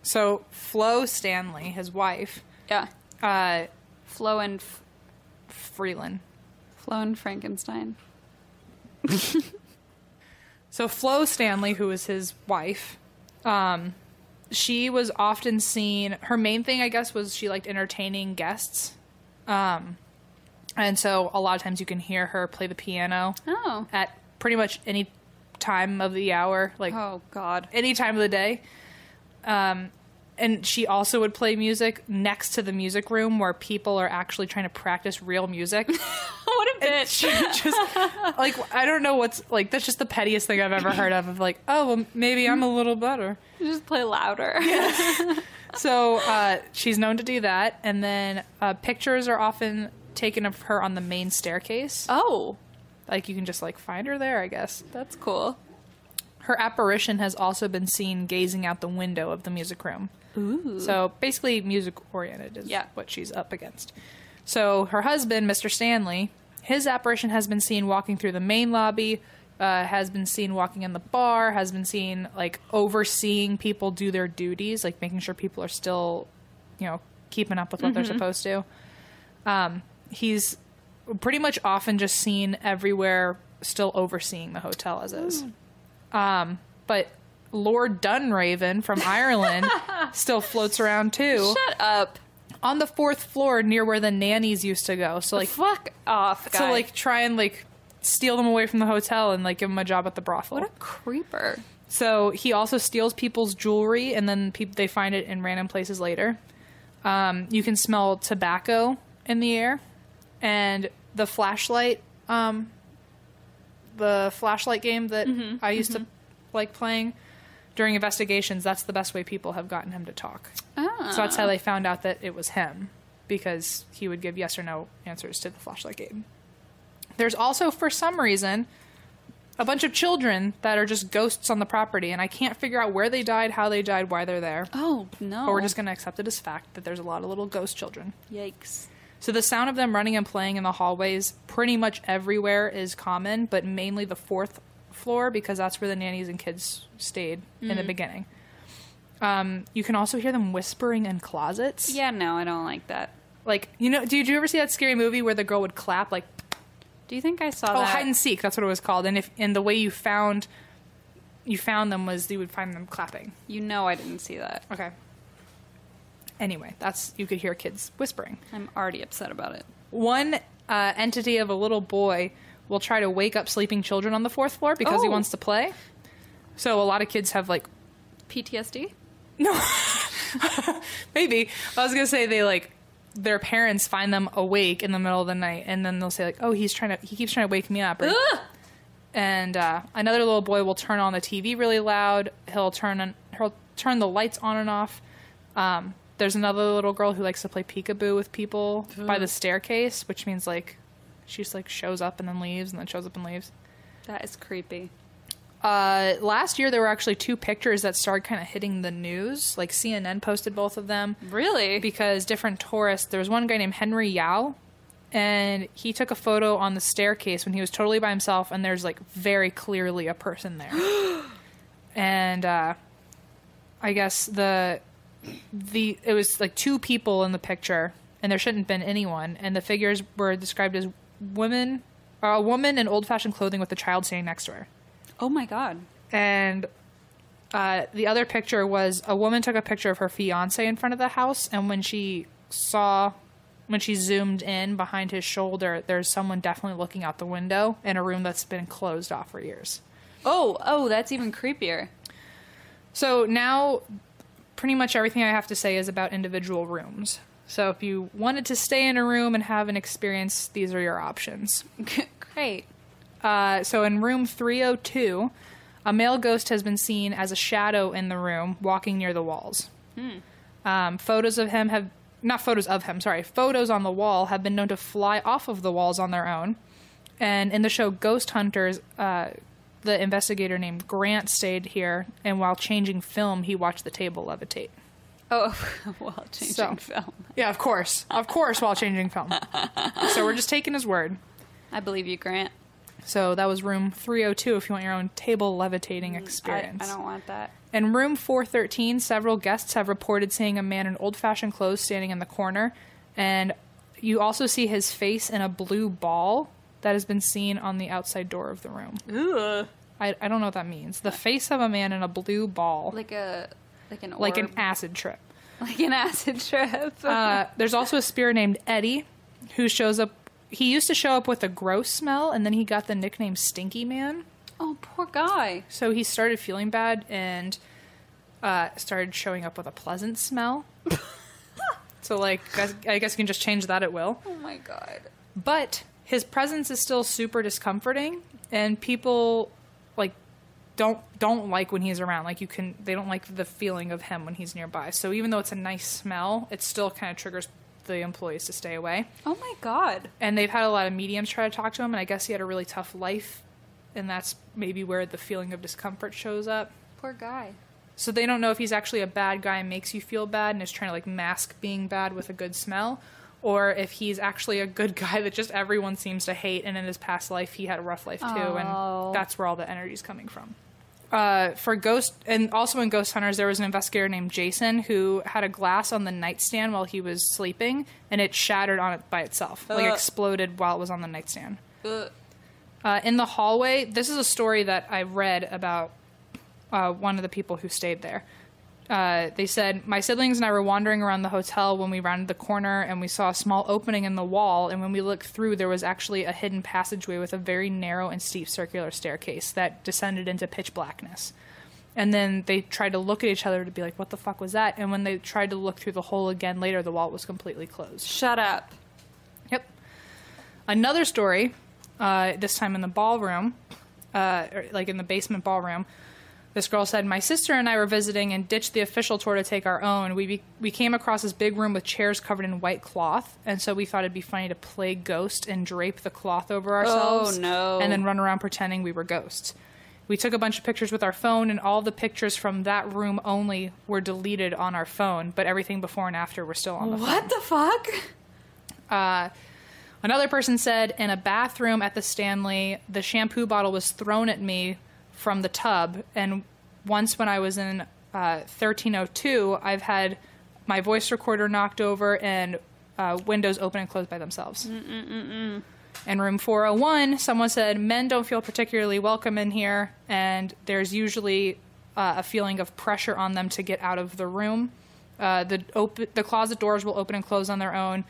So Flo Stanley, his wife,
yeah.
uh
Flo and F-
Freeland
Flo and Frankenstein.
So Flo Stanley, who was his wife, um, she was often seen. Her main thing, I guess, was she liked entertaining guests, um, and so a lot of times you can hear her play the piano
Oh.
at pretty much any time of the hour, like
Oh God.
any time of the day. Um, and she also would play music next to the music room where people are actually trying to practice real music.
what a
And
bitch.
she just like I don't know what's like that's just the pettiest thing I've ever heard of. Of like, oh well, maybe I'm a little better.
Just play louder.
So uh, she's known to do that, and then uh, pictures are often taken of her on the main staircase.
Oh,
Like you can just like find her there, I guess.
that's cool.
Her apparition has also been seen gazing out the window of the music room. Ooh. So basically, music oriented is
Yeah.
what she's up against. So her husband, Mr. Stanley, his apparition has been seen walking through the main lobby, uh, has been seen walking in the bar, has been seen like overseeing people do their duties, like making sure people are still, you know, keeping up with what they're supposed to. Um, he's pretty much often just seen everywhere, still overseeing the hotel as is
Hmm.
Um, but Lord Dunraven from Ireland still floats around too
Shut up.
on the fourth floor near where the nannies used to go. So like
Fuck off, guy.
to like try and like steal them away from the hotel and like give them a job at the brothel.
what a creeper.
So he also steals people's jewelry and then peop they find it in random places later. Um, you can smell tobacco in the air, and the flashlight, um, the flashlight game that I used to like playing during investigations. That's the best way people have gotten him to talk.
Ah.
So that's how they found out that it was him because he would give yes or no answers to the flashlight game. There's also, for some reason, a bunch of children that are just ghosts on the property, and I can't figure out where they died, how they died, why they're there.
Oh no.
But we're just going to accept it as fact that there's a lot of little ghost children.
yikes.
So the sound of them running and playing in the hallways pretty much everywhere is common, but mainly the fourth floor because that's where the nannies and kids stayed in the beginning. Um, you can also hear them whispering in closets.
Yeah, no, I don't like that.
Like, you know, did you ever see that scary movie where the girl would clap like,
Do you think I saw
oh,
that?
hide and seek, that's what it was called. And if and the way you found you found them was you would find them clapping.
you know I didn't see that.
Okay. Anyway, that's you could hear kids whispering.
I'm already upset about it.
One uh, entity of a little boy will try to wake up sleeping children on the fourth floor because he
Oh.
wants to play. So a lot of kids have like
PTSD?
maybe I was gonna say they like their parents find them awake in the middle of the night and then they'll say like oh he's trying to he keeps trying to wake me up or, and uh, another little boy will turn on the TV really loud he'll turn on he'll turn the lights on and off um, there's another little girl who likes to play peekaboo with people by the staircase which means like she just like shows up and then leaves and then shows up and leaves
That is creepy.
uh, last year there were actually two pictures that started kind of hitting the news like CNN posted both of them
Really?
because different tourists. There was one guy named Henry Yao, and he took a photo on the staircase when he was totally by himself, and there's like very clearly a person there. and uh, I guess the the it was like two people in the picture, and there shouldn't have been anyone. And the figures were described as women, a woman in old fashioned clothing with a child sitting next to her
oh my god.
and uh, the other picture was a woman took a picture of her fiance in front of the house, and when she saw, when she zoomed in behind his shoulder, there's someone definitely looking out the window in a room that's been closed off for years.
Oh, oh, that's even creepier.
So now, pretty much everything I have to say is about individual rooms. So if you wanted to stay in a room and have an experience, these are your options.
Great.
Uh, so in room 302, a male ghost has been seen as a shadow in the room, walking near the walls.
Hmm.
Um, photos of him have not photos of him. Sorry, photos on the wall have been known to fly off of the walls on their own. And in the show Ghost Hunters, uh, the investigator named Grant stayed here, and while changing film, he watched the table levitate.
Oh, well, changing
So.
film.
Yeah, of course, of course, while changing film. so we're just taking his word.
I believe you, Grant.
So that was room 302 if you want your own table levitating
Mm, I,
experience.
I don't want that.
In room 413, several guests have reported seeing a man in old fashioned clothes standing in the corner, and you also see his face in a blue ball that has been seen on the outside door of the room. I, I don't know what that means. The face of a man in a blue ball,
Like a like an
like an
orb.
acid trip.
like an acid trip.
Uh, there's also a spirit named Eddie who shows up. He used to show up with a gross smell, and then he got the nickname Stinky Man.
oh, poor guy.
So he started feeling bad and uh, started showing up with a pleasant smell. so, like, guys- I guess you can just change that at will.
Oh my god.
But his presence is still super discomforting, and people like don't don't like when he's around. Like you can, they don't like the feeling of him when he's nearby. So even though it's a nice smell, it still kind of triggers the employees to stay away.
Oh my god.
And they've had a lot of mediums try to talk to him, and I guess he had a really tough life, and that's maybe where the feeling of discomfort shows up.
Poor guy.
So they don't know if he's actually a bad guy and makes you feel bad and is trying to like mask being bad with a good smell, or if he's actually a good guy that just everyone seems to hate and in his past life he had a rough life too,
Oh.
and that's where all the energy's coming from. Uh, for ghost and also in Ghost Hunters, there was an investigator named Jason who had a glass on the nightstand while he was sleeping, and it shattered on it by itself, like
Ugh.
exploded while it was on the nightstand.
Ugh.
Uh, in the hallway, this is a story that I read about uh, one of the people who stayed there. Uh, they said, My siblings and I were wandering around the hotel when we rounded the corner and we saw a small opening in the wall. And when we looked through, there was actually a hidden passageway with a very narrow and steep circular staircase that descended into pitch blackness. And then they tried to look at each other to be like, What the fuck was that? And when they tried to look through the hole again later, the wall was completely closed.
Shut up.
Yep. Another story, uh, this time in the ballroom, uh, or, like in the basement ballroom. This girl said, "My sister and I were visiting and ditched the official tour to take our own. We be- we came across this big room with chairs covered in white cloth, and so we thought it'd be funny to play ghost and drape the cloth over ourselves,
no.
and then run around pretending we were ghosts. We took a bunch of pictures with our phone, and all the pictures from that room only were deleted on our phone, but everything before and after were still on the
What the fuck?
Another person said, in a bathroom at the Stanley, the shampoo bottle was thrown at me from the tub. And once when I was in uh, 1302, I've had my voice recorder knocked over and uh, windows open and closed by themselves. Mm-mm-mm-mm. In room 401, someone said, men don't feel particularly welcome in here. And there's usually uh, a feeling of pressure on them to get out of the room. Uh, the op- the closet doors will open and close on their own,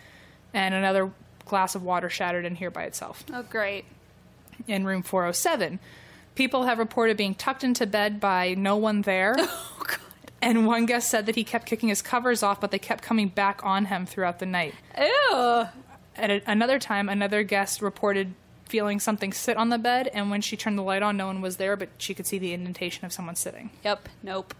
and another glass of water shattered in here by itself.
Oh great.
In room 407, people have reported being tucked into bed by no one there.
Oh god.
and one guest said that he kept kicking his covers off, but they kept coming back on him throughout the night.
Ew.
At a- another time, another guest reported feeling something sit on the bed, and when she turned the light on, no one was there, but she could see the indentation of someone sitting.
Yep. Nope.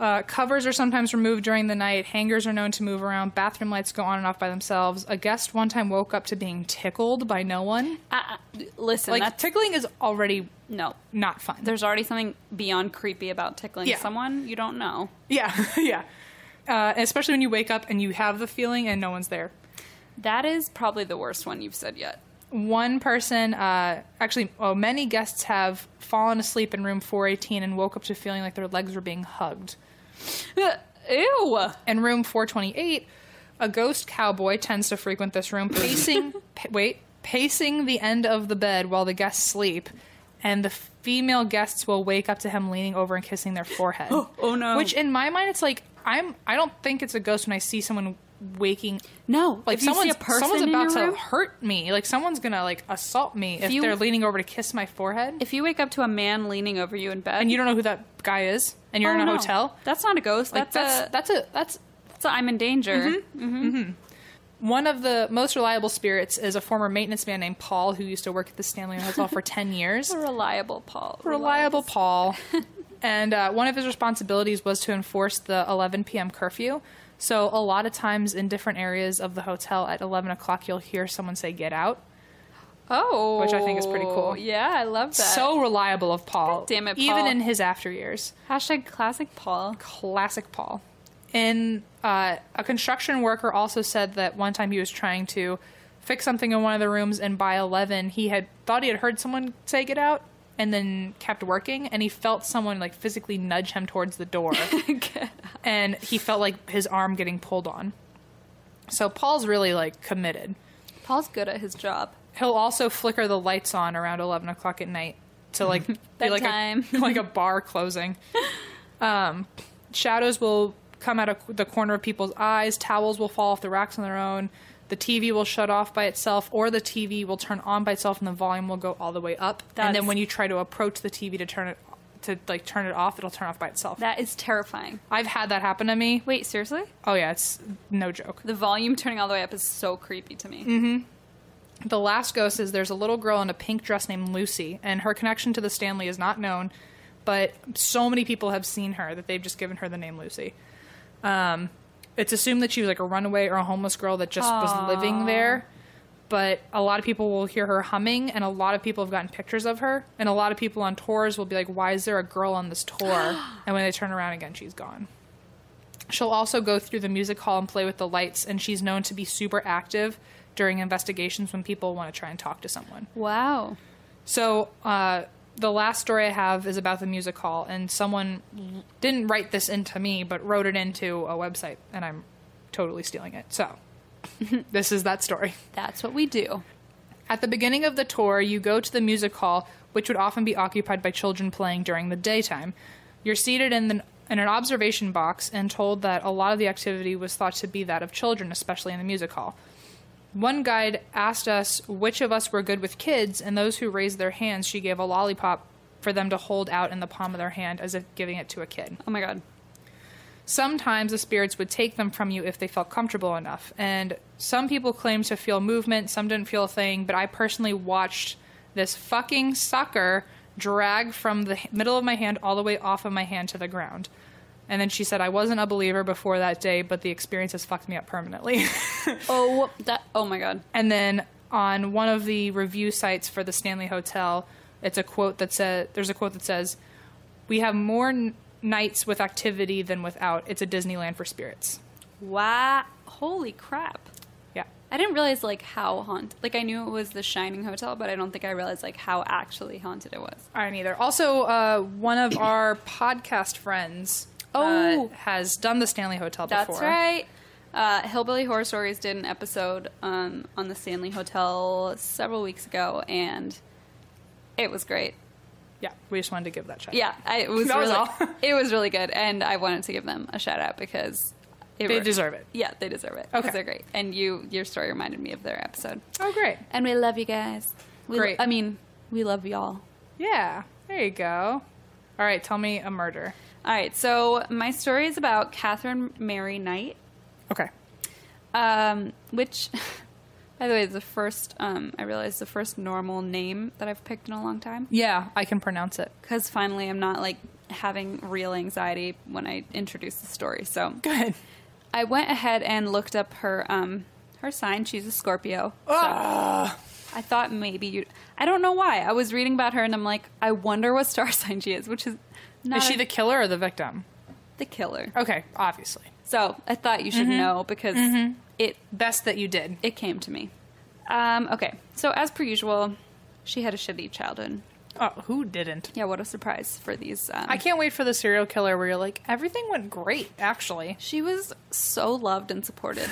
Uh, covers are sometimes removed during the night. Hangers are known to move around. Bathroom lights go on and off by themselves. A guest one time woke up to being tickled by no one.
Uh, uh, listen,
Like
that's
tickling is already
no.
not fun.
There's already something beyond creepy about tickling
Yeah.
someone you don't know.
yeah, yeah. Uh, especially when you wake up and you have the feeling and no one's there.
That is probably the worst one you've said yet.
One person, uh, actually, oh, many guests have fallen asleep in room 418 and woke up to feeling like their legs were being hugged.
Ew.
In room 428, a ghost cowboy tends to frequent this room, pacing. pa- wait, pacing the end of the bed while the guests sleep, and the female guests will wake up to him leaning over and kissing their forehead.
oh no.
Which, in my mind, it's like I'm. I don't think it's a ghost when I see someone waking.
No.
Like
if you see
someone's
a person
someone's
in
about
your
to
room-
hurt me. Like someone's gonna like assault me if,
you-
they're leaning over to kiss my forehead.
If you wake up to a man leaning over you in bed
and you don't know who that guy is, and you're
Oh,
in a
no.
hotel.
That's not a ghost.
Like
that's, a,
that's Mm-hmm. that's a that's
that's a I'm in danger.
One of the most reliable spirits is a former maintenance man named Paul who used to work at the Stanley Hotel for 10 years.
A reliable Paul.
Reliable
Relies.
Paul. And uh, one of his responsibilities was to enforce the 11 p.m. curfew. So, a lot of times in different areas of the hotel at 11 o'clock, you'll hear someone say, Get out.
Oh.
Which I think is pretty cool.
Yeah, I love that.
So reliable of Paul.
God damn it,
Even
Paul.
in his after years.
Hashtag classic Paul.
classic Paul. And uh, a construction worker also said that one time he was trying to fix something in one of the rooms, and by 11, he had thought he had heard someone say get out and then kept working, and he felt someone like physically nudge him towards the door. and he felt like his arm getting pulled on. So Paul's really like committed.
Paul's good at his job.
He'll also flicker the lights on around eleven o'clock at night to like be like a,
Bedtime.
like a bar closing. Um, shadows will come out of the corner of people's eyes. Towels will fall off the racks on their own. The TV will shut off by itself, or the TV will turn on by itself, and the volume will go all the way up. and
That's-
then when you try to approach the TV to turn it to like turn it off, it'll turn off by itself.
That is terrifying.
I've had that happen to me.
Wait, seriously?
Oh yeah, it's no joke.
The volume turning all the way up is so creepy to me.
Mm-hmm. The last ghost is there's a little girl in a pink dress named Lucy, and her connection to the Stanley is not known, but so many people have seen her that they've just given her the name Lucy. Um, it's assumed that she was like a runaway or a homeless girl that just was living there, but a lot of people will hear her humming, and a lot of people have gotten pictures of her, and a lot of people on tours will be like, "Why is there a girl on this tour?" and when they turn around again, she's gone. She'll also go through the music hall and play with the lights, and she's known to be super active during investigations when people want to try and talk to someone.
Wow.
So, uh, the last story I have is about the music hall, and someone l- didn't write this into me, but wrote it into a website, and I'm totally stealing it. So, this is that story.
That's what we do.
At the beginning of the tour, you go to the music hall, which would often be occupied by children playing during the daytime. You're seated in, the, in an observation box and told that a lot of the activity was thought to be that of children, especially in the music hall. One guide asked us which of us were good with kids, and those who raised their hands, she gave a lollipop for them to hold out in the palm of their hand as if giving it to a kid.
Oh my god.
Sometimes the spirits would take them from you if they felt comfortable enough. And some people claimed to feel movement, some didn't feel a thing, but I personally watched this fucking sucker drag from the h- middle of my hand all the way off of my hand to the ground. And then she said, I wasn't a believer before that day, but the experience has fucked me up permanently.
Oh that oh my god.
And then on one of the review sites for the Stanley Hotel, it's a quote that says there's a quote that says, "We have more n- nights with activity than without. It's a Disneyland for spirits."
Wow. Holy crap.
Yeah.
I didn't realize like how haunted. Like I knew it was the Shining Hotel, but I don't think I realized like how actually haunted it was.
I don't either. Also, uh, one of our podcast friends uh,
Oh.
has done the Stanley Hotel
That's
before.
right. Uh, Hillbilly Horror Stories did an episode um, on the Stanley Hotel several weeks ago, and it was great.
Yeah, we just wanted to give that shout.
Yeah, I, it was
That was
really,
all.
it was really good, and I wanted to give them a shout out because it
They
were-
deserve it.
Yeah, they deserve it. 'cause
Okay.
they're great. And you, your story reminded me of their episode,
Oh, great.
and we love you guys. We,
Great.
I mean, we love y'all.
Yeah. There you go. All right. Tell me a murder.
All right, so my story is about Catherine Mary Knight.
Okay.
um, which, by the way, is the first um, I realized the first normal name that I've picked in a long time.
Yeah, I can pronounce it.
Because finally, I'm not like having real anxiety when I introduce the story. So
Good.
I went ahead and looked up her um, her sign. She's a Scorpio. So I thought maybe you. I don't know why. I was reading about her and I'm like, I wonder what star sign she is, which is not
Is she
a-
the killer or the victim?
the killer.
Okay, obviously.
So I thought you should know because it
Best that you did.
it came to me. Um, okay, so as per usual, she had a shitty childhood.
Oh, who didn't?
Yeah, what a surprise for these. Um,
I can't wait for the serial killer where you're like, everything went great, actually.
She was so loved and supported.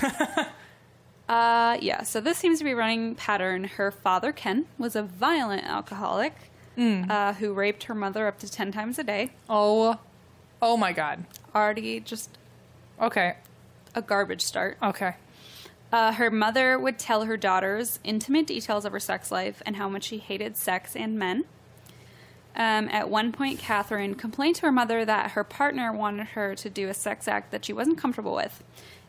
uh, yeah, so this seems to be a running pattern. Her father, Ken, was a violent alcoholic uh, who raped her mother up to 10 times a day.
Oh, oh my god.
Already just
Okay,
a garbage start.
okay.
Uh, her mother would tell her daughters intimate details of her sex life and how much she hated sex and men. Um, at one point, Catherine complained to her mother that her partner wanted her to do a sex act that she wasn't comfortable with.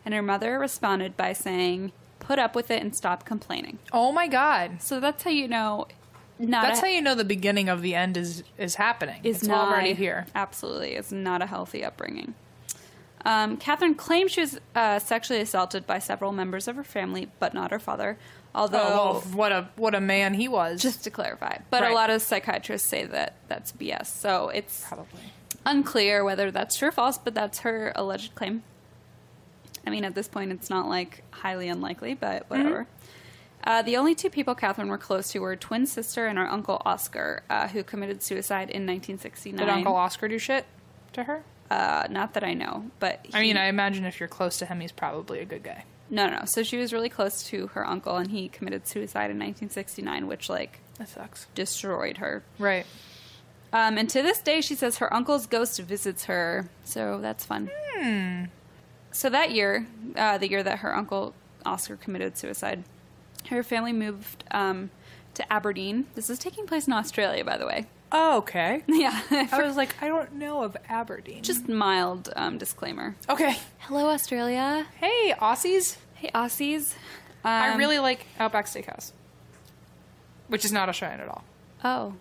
And her mother responded by saying, Put up with it and stop complaining.
Oh my god.
So that's how you know not
That's
a,
how you know the beginning of the end is is happening.
is
it's
not
already here.
Absolutely, it's not a healthy upbringing. Um, Catherine claimed she was uh, sexually assaulted by several members of her family, but not her father. Although,
Oh, well, what a what a man he was.
just to clarify, but
Right.
a lot of psychiatrists say that that's BS. So it's
probably.
unclear whether that's true or false, but that's her alleged claim. I mean, at this point, it's not like highly unlikely,
Mm-hmm.
but whatever. Uh, the only two people Catherine were close to were twin sister and her uncle Oscar, uh, who committed suicide in 1969.
Did Uncle Oscar do shit to her?
Uh, not that I know, but
I mean,
he-
I imagine if you're close to him, he's probably a good guy.
no, no. So she was really close to her uncle, and he committed suicide in 1969, which like
That sucks.
destroyed her.
Right.
Um, and to this day, she says her uncle's ghost visits her, so that's fun.
Hmm.
So that year, uh, the year that her uncle Oscar committed suicide, her family moved um, to Aberdeen. This is taking place in Australia, by the way.
Oh, okay.
Yeah.
I was like, I don't know of Aberdeen.
Just mild um, disclaimer.
okay.
Hello, Australia.
Hey, Aussies.
Hey, Aussies. Um,
I really like Outback Steakhouse, which is not Australian at all.
Oh,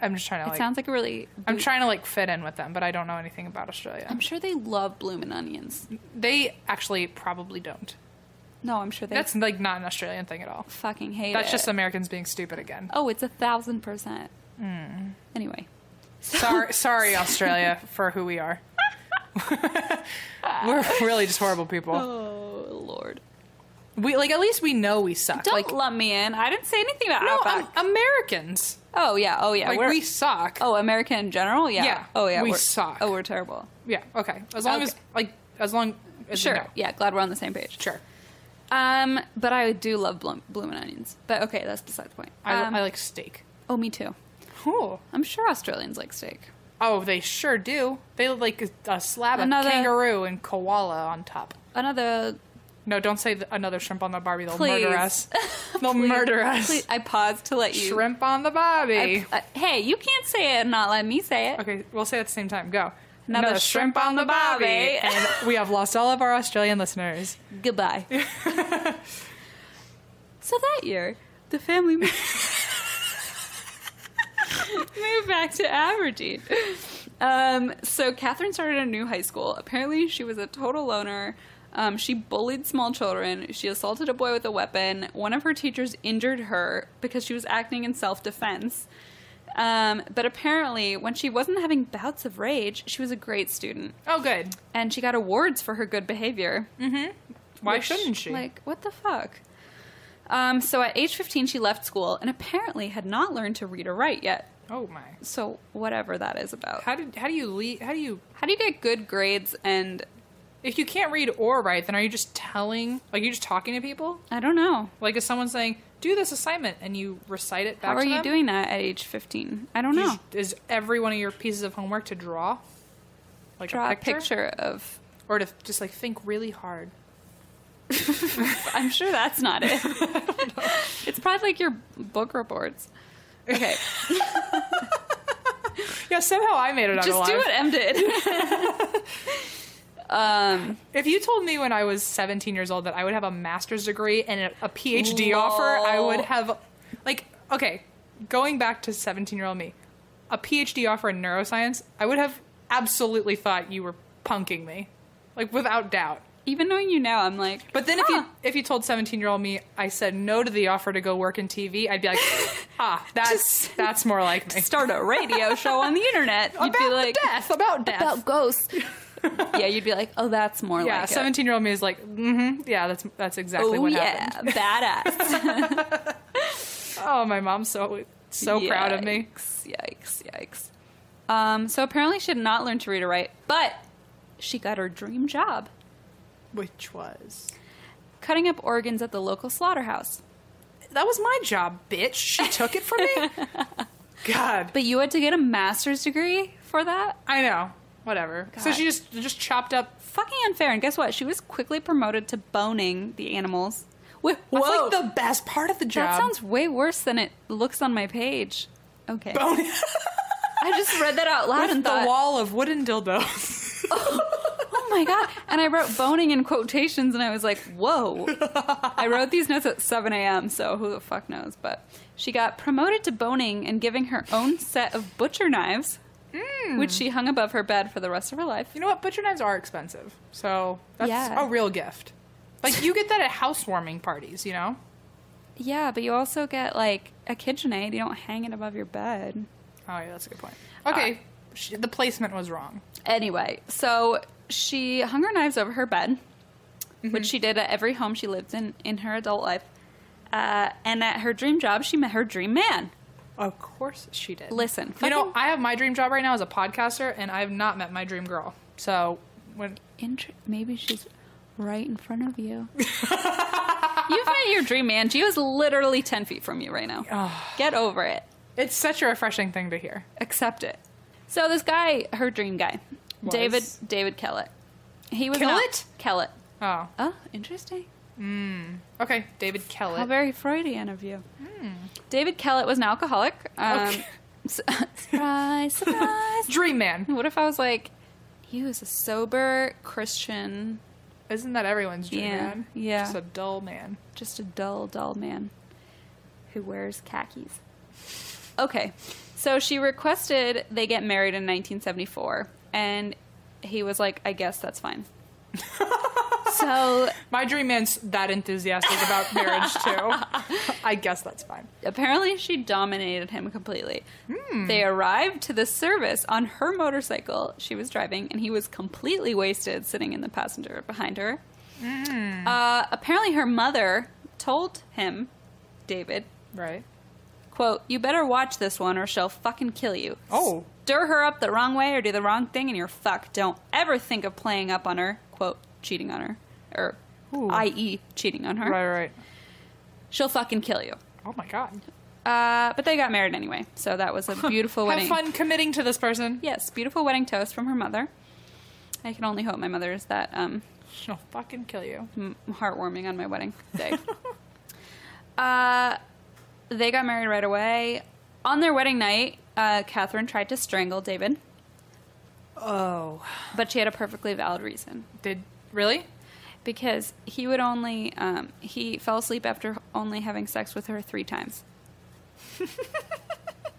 I'm just trying to
it
like.
sounds like a really.
Oh, I'm trying to like fit in with them, but I don't know anything about Australia.
I'm sure they love bloomin' onions.
They actually probably don't.
No, I'm sure they
That's like not an Australian thing at all.
fucking hate
That's
it.
just Americans being stupid again.
Oh, it's a thousand percent.
Hmm.
Anyway,
Sorry, sorry, Australia, for who we are. We're really just horrible people.
oh lord,
We like at least we know we suck.
don't
like
lump me in. I didn't say anything about
no,
Outback.
um, Americans.
oh yeah, oh yeah.
Like
we're-
we suck.
oh, America in general. Yeah.
Yeah,
Oh yeah.
we
are
suck.
Oh, we're terrible.
Yeah. Okay. As long
Okay.
as like as long as
Sure.
We know.
Yeah. Glad we're on the same page.
Sure.
Um, but I do love bloom, bloomin' onions. But okay, that's beside the point.
I,
Um,
I like steak.
Oh, me too.
Cool.
I'm sure Australians like steak.
Oh, they sure do. They like a- a slab
Another-
of kangaroo and koala on top.
Another
No, don't say th- another shrimp on the Barbie. They'll
Please.
murder us. They'll murder us.
Please, I paused to let you.
Shrimp on the Barbie.
I- I- hey, you can't say it and not let me say it.
Okay, we'll say it at the same time. Go.
Another shrimp on the Barbie.
and we have lost all of our Australian listeners.
Goodbye. so that year, the family mo- moved back to Aberdeen. Um, so Catherine started a new high school. Apparently, she was a total loner. Um, she bullied small children. She assaulted a boy with a weapon. One of her teachers injured her because she was acting in self defense. Um, but apparently, when she wasn't having bouts of rage, she was a great student
Oh, good.
and she got awards for her good behavior.
Why
Which,
shouldn't she?
Like, what the fuck? Um, so at age 15, she left school and apparently had not learned to read or write yet.
oh my.
So, whatever that is about.
How did? How do you lead? How do you?
How do you get good grades? And
If you can't read or write, then are you just telling? Like you're just talking to people?
I don't know.
Like is someone saying, "Do this assignment," and you recite it back?
How are
to
you
them?
doing that at age 15? I don't
Do you-
know.
Is every one of your pieces of homework to draw? Like
Draw
a picture?
of.
or to just like think really hard.
I'm sure that's not it. it's probably like your book reports. Okay,
Yeah, somehow I made it out
just
alive.
do what Em did. Um,
If you told me when I was 17 years old that I would have a master's degree and a- a PhD offer, I
Lol.
would have, like, okay, going back to 17 year old me, a PhD offer in neuroscience, I would have absolutely thought you were punking me, like without doubt.
Even knowing you now, I'm like.
But then if you
huh.
if you told 17 year old me I said no to the offer to go work in TV, I'd be like, ah, that's that's more like me.
start a radio show on the internet, you'd
About
be like
death, about death.
about ghosts. yeah, you'd be like, oh, that's more
yeah,
like it.
17 year old me is like, mm-hmm, yeah, that's that's exactly
Oh
what
yeah,
happened.
badass.
Oh, my mom's so so proud of me.
Yikes, Yikes, yikes. Um, so apparently she had not learned to read or write, but she got her dream job
Which was
cutting up organs at the local slaughterhouse.
that was my job, bitch. She took it from me. God,
But you had to get a master's degree for that?
I know. Whatever. So
God.
she just just chopped up.
Fucking unfair. And guess what? She was quickly promoted to boning the animals. Wait,
That's
whoa.
like the best part of the job.
that sounds way worse than it looks on my page. Okay.
Bonus.
I just read that out loud
With
and
the
thought,
wall of wooden dildos.
oh my god! And I wrote boning in quotations, and I was like, whoa! I wrote these notes at 7 a.m., so who the fuck knows? But she got promoted to boning and giving her own set of butcher knives,
Mm.
which she hung above her bed for the rest of her life.
you know what? Butcher knives are expensive, so that's
Yeah.
a real gift. Like you get that at housewarming parties, you know.
Yeah, but you also get like a KitchenAid. You don't hang it above your bed.
Oh yeah, that's a good point. Okay, she, the placement was wrong.
Anyway, so she hung her knives over her bed,
Mm-hmm.
which she did at every home she lived in in her adult life. Uh, and at her dream job, she met her dream man.
Of course she did.
Listen,
You know,
fucking-
I have my dream job right now as a podcaster, and I have not met my dream girl. So when
Inter- maybe she's right in front of you. You've met your dream man. Gio's literally 10 feet from you right now.
Ah.
Get over it.
it's such a refreshing thing to hear.
Accept it. So this guy, her dream guy,
Was.
David David Kellett. He was an-
Kellett?
Kellett.
Oh,
Oh, interesting.
okay, David Kellett.
How very Freudian of you. David Kellett was an alcoholic. Um,
Hmm. Okay.
surprise, surprise.
Dream Man.
what if I was like, he was a sober Christian,
Isn't that everyone's dream
Yeah,
man?
yeah.
Just a dull man.
just a dull, dull man who wears khakis. Okay, so she requested they get married in 1974, and he was like, I guess that's fine. so
My dream man's that enthusiastic about marriage too. I guess that's fine.
apparently she dominated him completely. They arrived to the service on her motorcycle she was driving, and he was completely wasted sitting in the passenger behind her. Uh, apparently, her mother told him, David,
Right.
quote, You better watch this one or she'll fucking kill you.
Oh.
Stir her up the wrong way or do the wrong thing and you're fucked. Don't ever think of playing up on her, quote, cheating on her, or
Ooh.
i.e., cheating on her.
Right, right.
She'll fucking kill you.
Oh my god.
Uh, but they got married anyway, so that was a beautiful
Have
wedding.
fun committing to this person.
Yes, beautiful wedding toast from her mother. I can only hope my mother is that um,
She'll fucking kill you.
m- heartwarming on my wedding day. uh, they got married right away. On their wedding night, uh, Catherine tried to strangle David,
Oh.
but she had a perfectly valid reason
Did really?
because he would only um, he fell asleep after only having sex with her three times,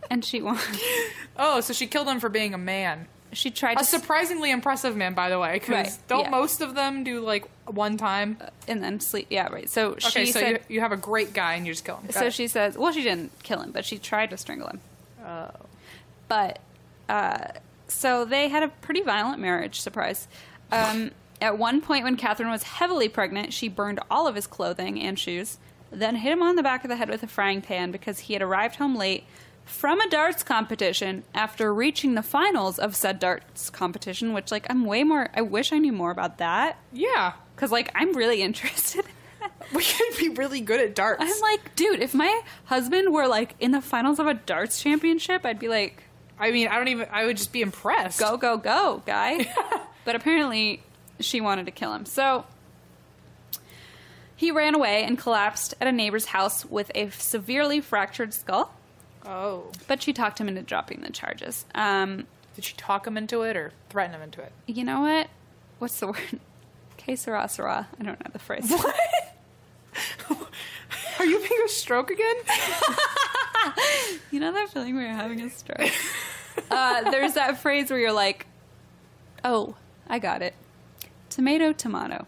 and she won.
Oh, so she killed him for being a man.
She tried
A
to, s-
surprisingly impressive man, by the way. Because
Right,
don't
yeah.
most of them do like one time?
and then sleep. Yeah, right. So
Okay,
she
so
said.
you, you have a great guy and you just kill him. Got
so
it.
she says, well, she didn't kill him, but she tried to strangle him.
Oh.
But uh, so they had a pretty violent marriage. Surprise. Um, at one point, when Catherine was heavily pregnant, she burned all of his clothing and shoes, then hit him on the back of the head with a frying pan because he had arrived home late from a darts competition after reaching the finals of said darts competition. Which, like, I'm way more. I wish I knew more about that
Yeah.
because, like, I'm really interested. in that.
We could be really good at darts.
I'm like, dude, if my husband were like in the finals of a darts championship, I'd be like,
I mean, I don't even. I would just be impressed.
go, go, go, guy. but apparently, she wanted to kill him. So he ran away and collapsed at a neighbor's house with a severely fractured skull.
Oh.
But she talked him into dropping the charges. Um,
Did she talk him into it or threaten him into it?
you know what? What's the word? Que sera, sera. I don't know the phrase.
Are you being a stroke again?
You know that feeling where you're having a stroke? uh, there's that phrase where you're like, oh, I got it. Tomato, tomato.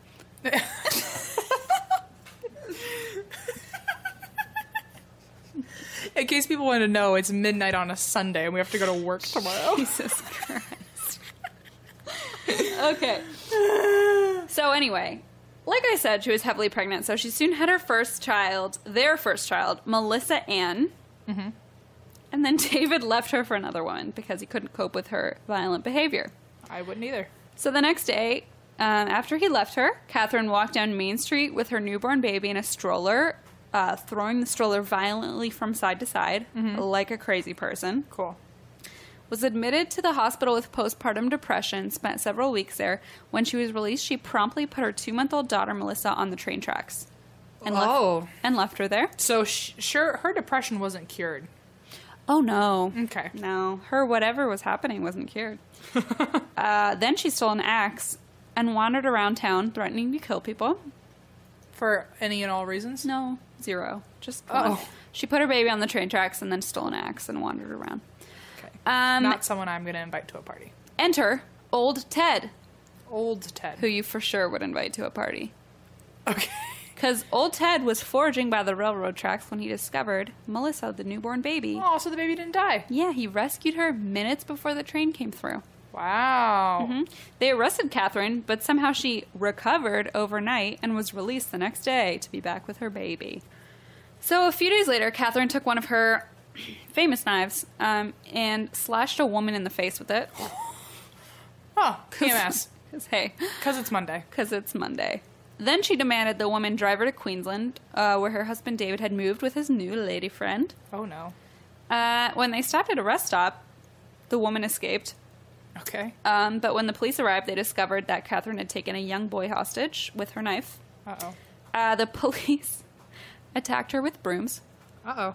In case people want to know, it's midnight on a Sunday and we have to go to work tomorrow.
Jesus Christ. okay. So, anyway, like I said, she was heavily pregnant, so she soon had her first child, their first child, Melissa Ann. And then David left her for another woman because he couldn't cope with her violent behavior.
I wouldn't either.
So the next day, um, after he left her, Catherine walked down Main Street with her newborn baby in a stroller, uh, throwing the stroller violently from side to side like a crazy person.
Cool.
Was admitted to the hospital with postpartum depression, spent several weeks there. When she was released, she promptly put her two month old daughter, Melissa, on the train tracks. And
Oh.
Left, and left her there.
So sh- sure, her depression wasn't cured.
Oh no.
Okay.
No, her whatever was happening wasn't cured. uh, then she stole an axe and wandered around town threatening to kill people.
For any and all reasons?
No, zero. Just
Oh.
one. She put her baby on the train tracks and then stole an axe and wandered around.
Okay.
Um,
Not someone I'm going to invite to a party.
Enter old Ted,
Old Ted.
who you for sure would invite to a party.
Okay.
Because old Ted was foraging by the railroad tracks when he discovered Melissa, the newborn baby.
Oh, so the baby didn't die.
Yeah, he rescued her minutes before the train came through.
Wow.
Mhm. They arrested Catherine, but somehow she recovered overnight and was released the next day to be back with her baby. So a few days later, Catherine took one of her famous knives um, and slashed a woman in the face with it.
Huh. PMS.
Because hey,
Because it's Monday.
because it's Monday. Then she demanded the woman drive her to Queensland, uh, where her husband David had moved with his new lady friend.
Oh, no.
Uh, when they stopped at a rest stop, the woman escaped.
Okay.
Um, but when the police arrived, they discovered that Catherine had taken a young boy hostage with her knife.
Uh oh.
Uh, the police attacked her with brooms.
Uh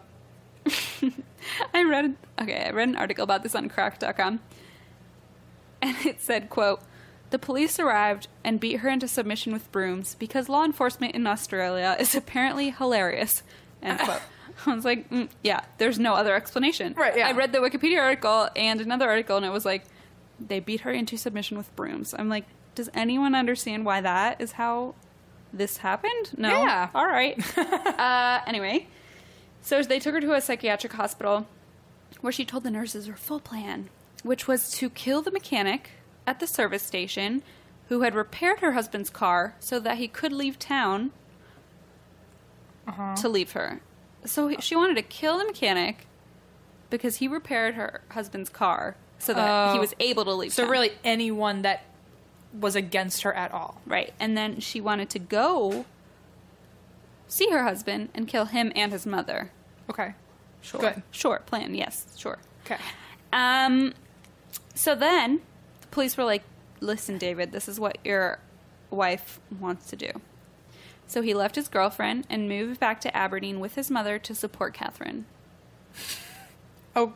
oh.
I read okay, I read an article about this on crack.com. And it said, quote, the police arrived and beat her into submission with brooms because law enforcement in Australia is apparently hilarious. End quote. I was like, mm, yeah, there's no other explanation.
Right, yeah.
I read the Wikipedia article and another article, and it was like, they beat her into submission with brooms. I'm like, does anyone understand why that is how this happened? No.
Yeah.
All right. uh, anyway, so they took her to a psychiatric hospital where she told the nurses her full plan, which was to kill the mechanic at the service station who had repaired her husband's car so that he could leave town
Uh-huh.
to leave her. So he- she wanted to kill the mechanic because he repaired her husband's car so that he
Oh.
was able to leave
So
town.
really, anyone that was against her at all.
Right. And then she wanted to go see her husband and kill him and his mother.
Okay.
Sure.
Good.
Sure. Plan. Yes. Sure.
Okay.
Um, so then the police were like, listen, David, this is what your wife wants to do. So he left his girlfriend and moved back to Aberdeen with his mother to support Catherine.
Oh.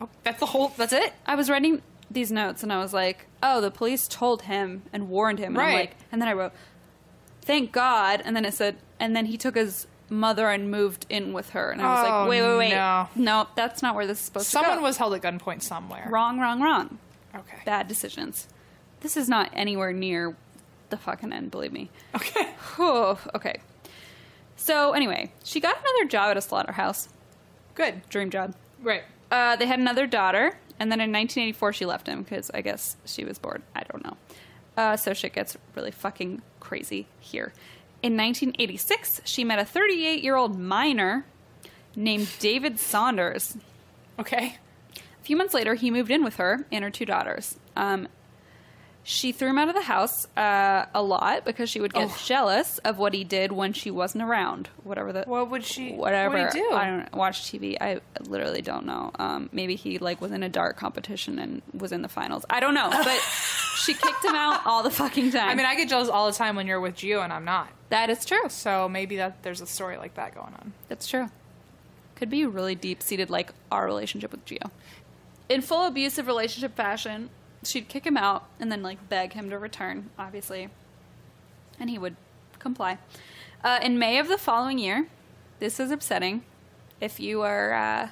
oh. That's the whole. That's it.
I was writing these notes and I was like, oh, the police told him and warned him. And, I'm
Right.
like, and then I wrote, thank God. And then it said, and then he took his mother and moved in with her. And I was
Oh,
like, wait, wait, wait.
no.
that's not where this is supposed to go.
Someone was held at gunpoint somewhere.
wrong, wrong, wrong.
Okay.
Bad decisions. This is not anywhere near the fucking end, believe me.
okay.
Oh, okay. So, anyway, she got another job at a slaughterhouse.
Good.
Dream job.
Right.
Uh, they had another daughter, and then in 1984 she left him because I guess she was bored. I don't know. Uh, so shit gets really fucking crazy here. In 1986, she met a 38 year old miner named David Saunders.
Okay.
A few months later, he moved in with her and her two daughters. Um, she threw him out of the house uh, a lot because she would get
Oh.
jealous of what he did when she wasn't around. Whatever the
What would she-
Whatever.
what'd he do?
I don't watch TV. I literally don't know. Um, maybe he like was in a dart competition and was in the finals. I don't know. But she kicked him out all the fucking time.
I mean, I get jealous all the time when you're with Gio and I'm not.
that is true.
So maybe that there's a story like that going on.
That's true. Could be really deep seated, like our relationship with Geo. In full abusive relationship fashion, she'd kick him out and then like beg him to return, obviously, and he would comply. Uh, in May of the following year, this is upsetting. If you are, uh,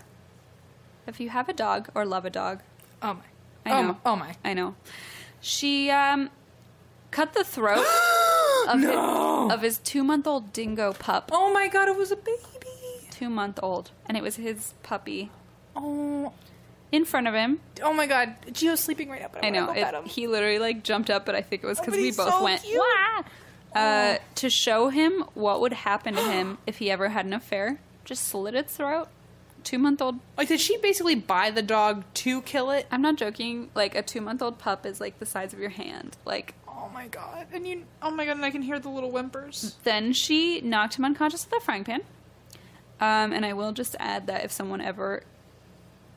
if you have a dog or love a dog,
Oh my.
I
oh
know.
my. Oh my.
I know. She um, cut the throat of his, of his two-month-old dingo pup.
Oh my god, it was a baby.
Two-month-old, and it was his puppy.
Oh.
in front of him.
Oh my god. Gio's sleeping right now, but Oh, I,
I
wanna
know
Go pet
it,
him. Oh,
he literally like jumped up, but I think it was because
but
we
he's
both
so
went
cute. Oh.
"Wah!" Uh, to show him what would happen to him if he ever had an affair. Just slit its throat. Two month old.
Like, did she basically buy the dog to kill it?
I'm not joking. Like a two month old pup is like the size of your hand. Like
Oh my god. And you. Oh my god, and I can hear the little whimpers.
then she knocked him unconscious with a frying pan. Um, and I will just add that if someone ever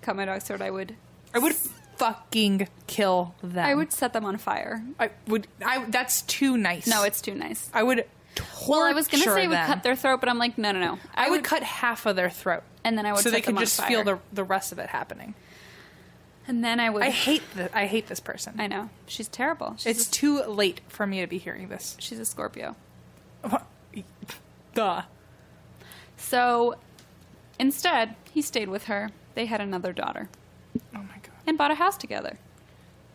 cut my dog's throat, I would
I would fucking kill them.
I would set them on fire.
I would. I. That's too nice.
No, it's too nice.
I would. Torture
Well, I was gonna say we
them.
cut their throat, but I'm like, no, no, no.
I would cut half of their throat,
And then I would
so
set
they could
them on
just
fire.
feel the the rest of it happening.
And then I would.
I hate the, I hate this person.
I know she's terrible. She's
It's too late for me to be hearing this.
a, she's a Scorpio.
Duh.
So instead, he stayed with her. They had another daughter
Oh my god.
and bought a house together.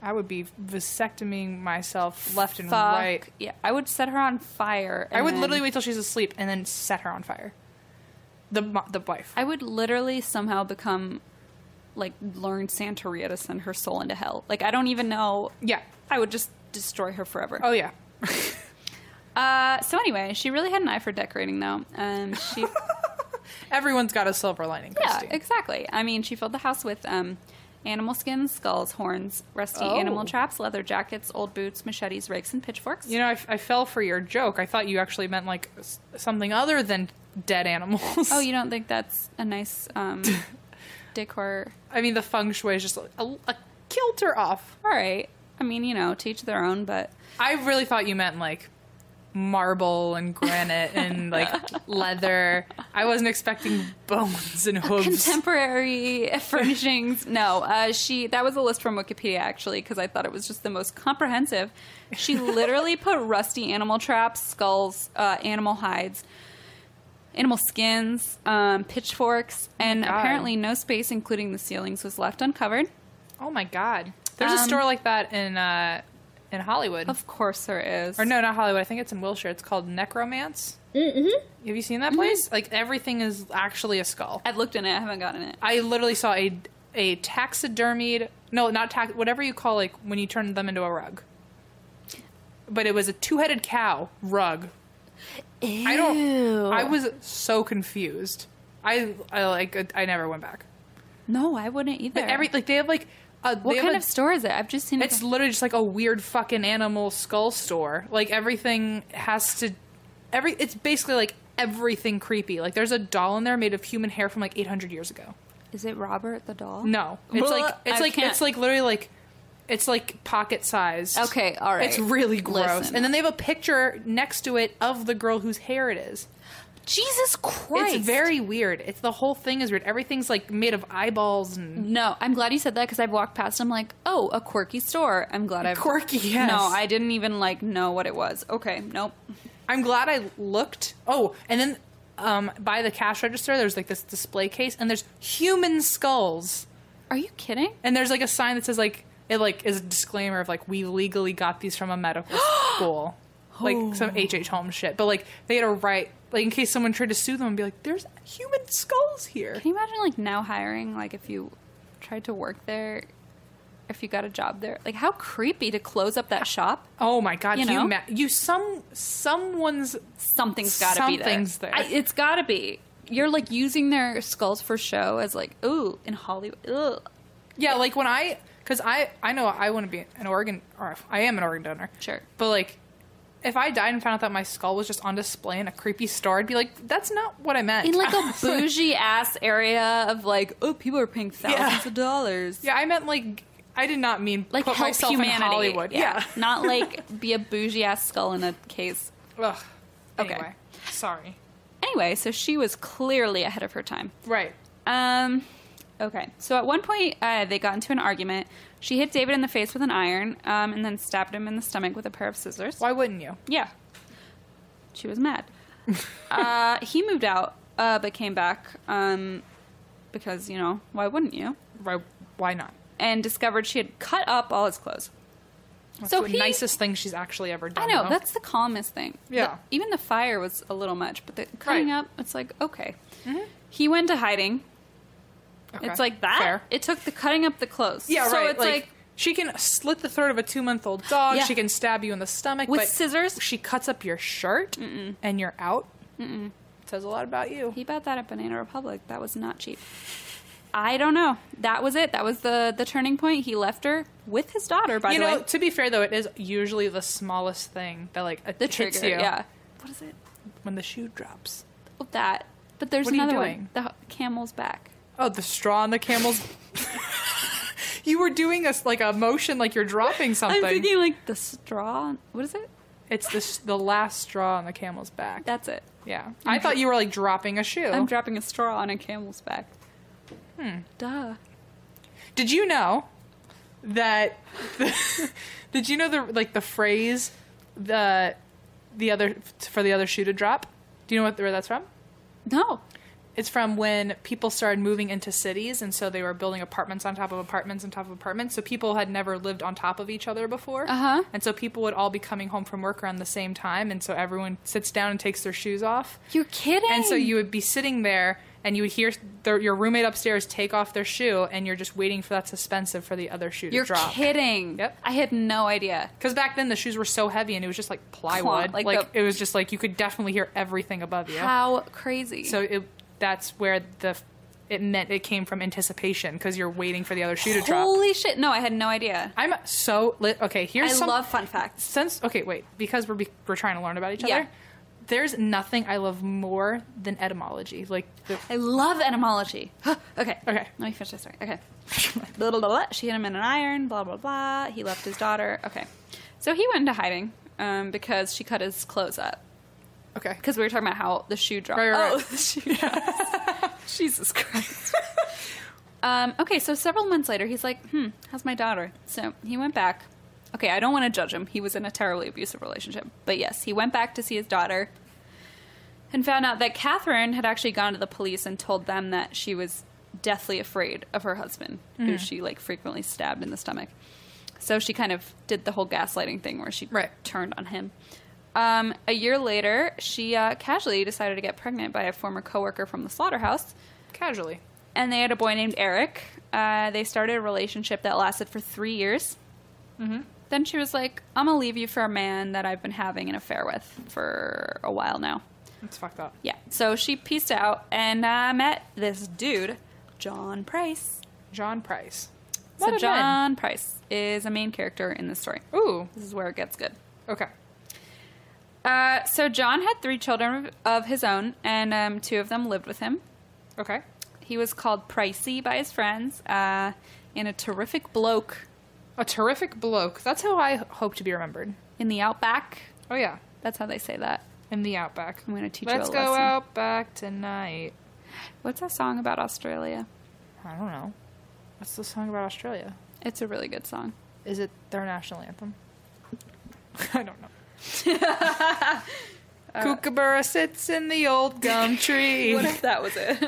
I would be vasectoming myself left and
Fuck
right.
yeah! I would set her on fire.
I
and
would
then-
literally wait till she's asleep and then set her on fire. The mo- the wife.
I would literally somehow become like learn Santeria to send her soul into hell. Like I don't even know.
yeah.
I would just destroy her forever.
Oh yeah. Oh.
Uh, so anyway, she really had an eye for decorating, though. Um, she
Everyone's got a silver lining,
Yeah,
Christine.
exactly. I mean, she filled the house with um, animal skins, skulls, horns, rusty
Oh.
animal traps, leather jackets, old boots, machetes, rakes, and pitchforks.
you know, I, f- I fell for your joke. I thought you actually meant like s- something other than dead animals.
oh, you don't think that's a nice um, decor?
I mean, the feng shui is just a, a, a kilter off.
All right. I mean, you know, to each their own, but
I really thought you meant like marble and granite and like leather. I wasn't expecting bones and hooves.
Contemporary furnishings. No, uh, she. That was a list from Wikipedia actually, because I thought it was just the most comprehensive. She literally put rusty animal traps, skulls, uh, animal hides, animal skins, um, pitchforks, and
Oh God.
apparently no space, including the ceilings, was left uncovered.
oh my god! There's a
Um,
store like that in uh, in Hollywood.
Of course, there is.
or no, not Hollywood. I think it's in Wilshire. It's called Necromance. Mm-hmm. Have you seen that place? Like everything is actually a skull.
I've looked in it. I haven't gotten it.
I literally saw a a taxidermied no, not tax whatever you call like when you turn them into a rug. But it was a two-headed cow rug. I don't. I was so confused. I I like I never went back.
No, I wouldn't either.
But every like they have like a they
what
have
kind
a-
of store is it? I've just seen it.
It's literally just like a weird fucking animal skull store. Like everything has to every it's basically like everything creepy. Like there's a doll in there made of human hair from like 800 years ago.
Is it Robert the doll?
No, it's like it's
I
like
can't-
it's like literally like it's like pocket sized.
Okay, all right.
It's really gross.
Listen.
And then they have a picture next to it of the girl whose hair it is.
Jesus Christ.
It's very weird. It's the whole thing is weird. Everything's like made of eyeballs and
No, I'm glad you said that because I've walked past. I'm like, oh, a quirky store. I'm glad I've
Quirky, yes.
No, I didn't even like know what it was. Okay, nope.
I'm glad I looked. Oh, and then um, by the cash register, there's like this display case, and there's human skulls,
Are you kidding?
and there's like a sign that says like it like is a disclaimer of like we legally got these from a medical school,
Oh.
like some HH Holmes shit. But like they had a right, like in case someone tried to sue them and be like, there's human skulls here.
Can you imagine like now hiring like if you tried to work there, if you got a job there, like how creepy to close up that shop.
Oh my god,
You
you
know?
ma- you some someone's
Something's got to be there.
Something's there.
I, it's got to be. You're like using their skulls for show as like, ooh, in Hollywood. Ugh.
Yeah, like when I, because I, I know I want to be an organ, or I am an organ donor.
Sure.
But like, if I died and found out that my skull was just on display in a creepy store, I'd be like, that's not what I meant.
In like a bougie ass area of like, oh, people are paying thousands
Yeah.
of dollars.
yeah, I meant like, I did not mean
like
put
help
myself
humanity.
in Hollywood. Yeah.
not like be a bougie ass skull in a case.
Ugh.
Okay.
Anyway, sorry.
Anyway, so she was clearly ahead of her time.
Right.
Um, okay. So at one point, uh, they got into an argument. She hit David in the face with an iron, um, and then stabbed him in the stomach with a pair of scissors.
Why wouldn't you?
Yeah, she was mad. uh, he moved out, uh, but came back um, because you know why wouldn't you?
Why, why not?
And discovered she had cut up all his clothes.
That's
So
the
he-
nicest thing she's actually ever done.
I know
though.
that's the calmest thing. The-
Yeah.
even the fire was a little much, but the cutting
Right. Mm-hmm.
up, it's like okay. He went to hiding.
Okay.
It's like that.
Fair.
It took the cutting up the clothes.
Yeah,
so
right.
it's like,
she can slit the throat of a two-month-old dog.
Yeah.
She can stab you in the stomach
With
but
scissors?
She cuts up your shirt, and you're out. It says a lot about you.
he bought that at Banana Republic. That was not cheap. I don't know. That was it. That was the the turning point. He left her with his daughter. By
you
the
know,
way,
to be fair though, it is usually the smallest thing that like
the
hits
trigger.
you
Yeah. What is it?
when the shoe drops.
Oh, that. But there's
What are you
another one.
doing?
The h- camel's back.
Oh, the straw on the camel's. you were doing us like a motion, like you're dropping something.
I'm thinking like the straw. What is it?
it's the s- the last straw on the camel's back.
That's it.
yeah, I thought you were like dropping a shoe.
I'm dropping a straw on a camel's back. Hmm. Duh.
Did you know that? did you know the like the phrase the the other for the other shoe to drop? Do you know what, where that's from?
No.
It's from when people started moving into cities, and so they were building apartments on top of apartments on top of apartments. So people had never lived on top of each other before,
Uh-huh.
and so people would all be coming home from work around the same time, and so everyone sits down and takes their shoes off,
You're kidding.
and so you would be sitting there. And you would hear their, your roommate upstairs take off their shoe, and you're just waiting for that suspensive for the other shoe
You're
to drop.
kidding.
Yep.
I had no idea.
Because back then the shoes were so heavy, and it was just like plywood.
like
like
the-
it was just like you could definitely hear everything above you.
How crazy.
So it, that's where the it meant it came from anticipation because you're waiting for the other shoe to drop.
holy shit. No, I had no idea.
I'm so lit. Okay, here's
I
some
love fun facts.
since okay wait because we're be- we're trying to learn about each
Yeah.
other. There's nothing I love more than etymology. Like the,
I love etymology. okay.
Okay.
Let me finish this story. Okay. blah, blah, blah, blah. She hit him in an iron. Blah blah blah. He left his daughter. Okay. So he went into hiding. um, because she cut his clothes up.
Okay.
Because we were talking about how the shoe dropped.
Right, right,
oh,
right.
the shoe dropped. Jesus Christ. um, okay, so several months later, he's like, hmm, how's my daughter? So he went back. Okay, I don't want to judge him. He was in a terribly abusive relationship. But yes, he went back to see his daughter and found out that Catherine had actually gone to the police and told them that she was deathly afraid of her husband, who she like frequently stabbed in the stomach. So she kind of did the whole gaslighting thing where she
Right.
turned on him. Um, a year later, she uh, casually decided to get pregnant by a former coworker from the slaughterhouse,
Casually.
and they had a boy named Eric. Uh, they started a relationship that lasted for three years.
Mm-hmm.
Then she was like, "I'm gonna leave you for a man that I've been having an affair with for a while now."
It's fucked up.
Yeah. So she peaced out and uh, met this dude, John Price.
John Price. What
So
a man.
John Price is a main character in this story.
Ooh.
This is where it gets good.
Okay.
Uh, so John had three children of his own, and um, two of them lived with him.
Okay.
He was called Pricey by his friends, uh, and a terrific bloke
A terrific bloke. That's how I h- hope to be remembered.
in the outback.
Oh yeah.
That's how they say that.
In the outback.
I'm gonna teach you
Let's
a
go
lesson.
out back tonight.
What's that song about Australia?
I don't know. What's the song about Australia?
It's a really good song.
Is it their national anthem? I don't know.
Uh,
Kookaburra sits in the old gum tree.
if that was it?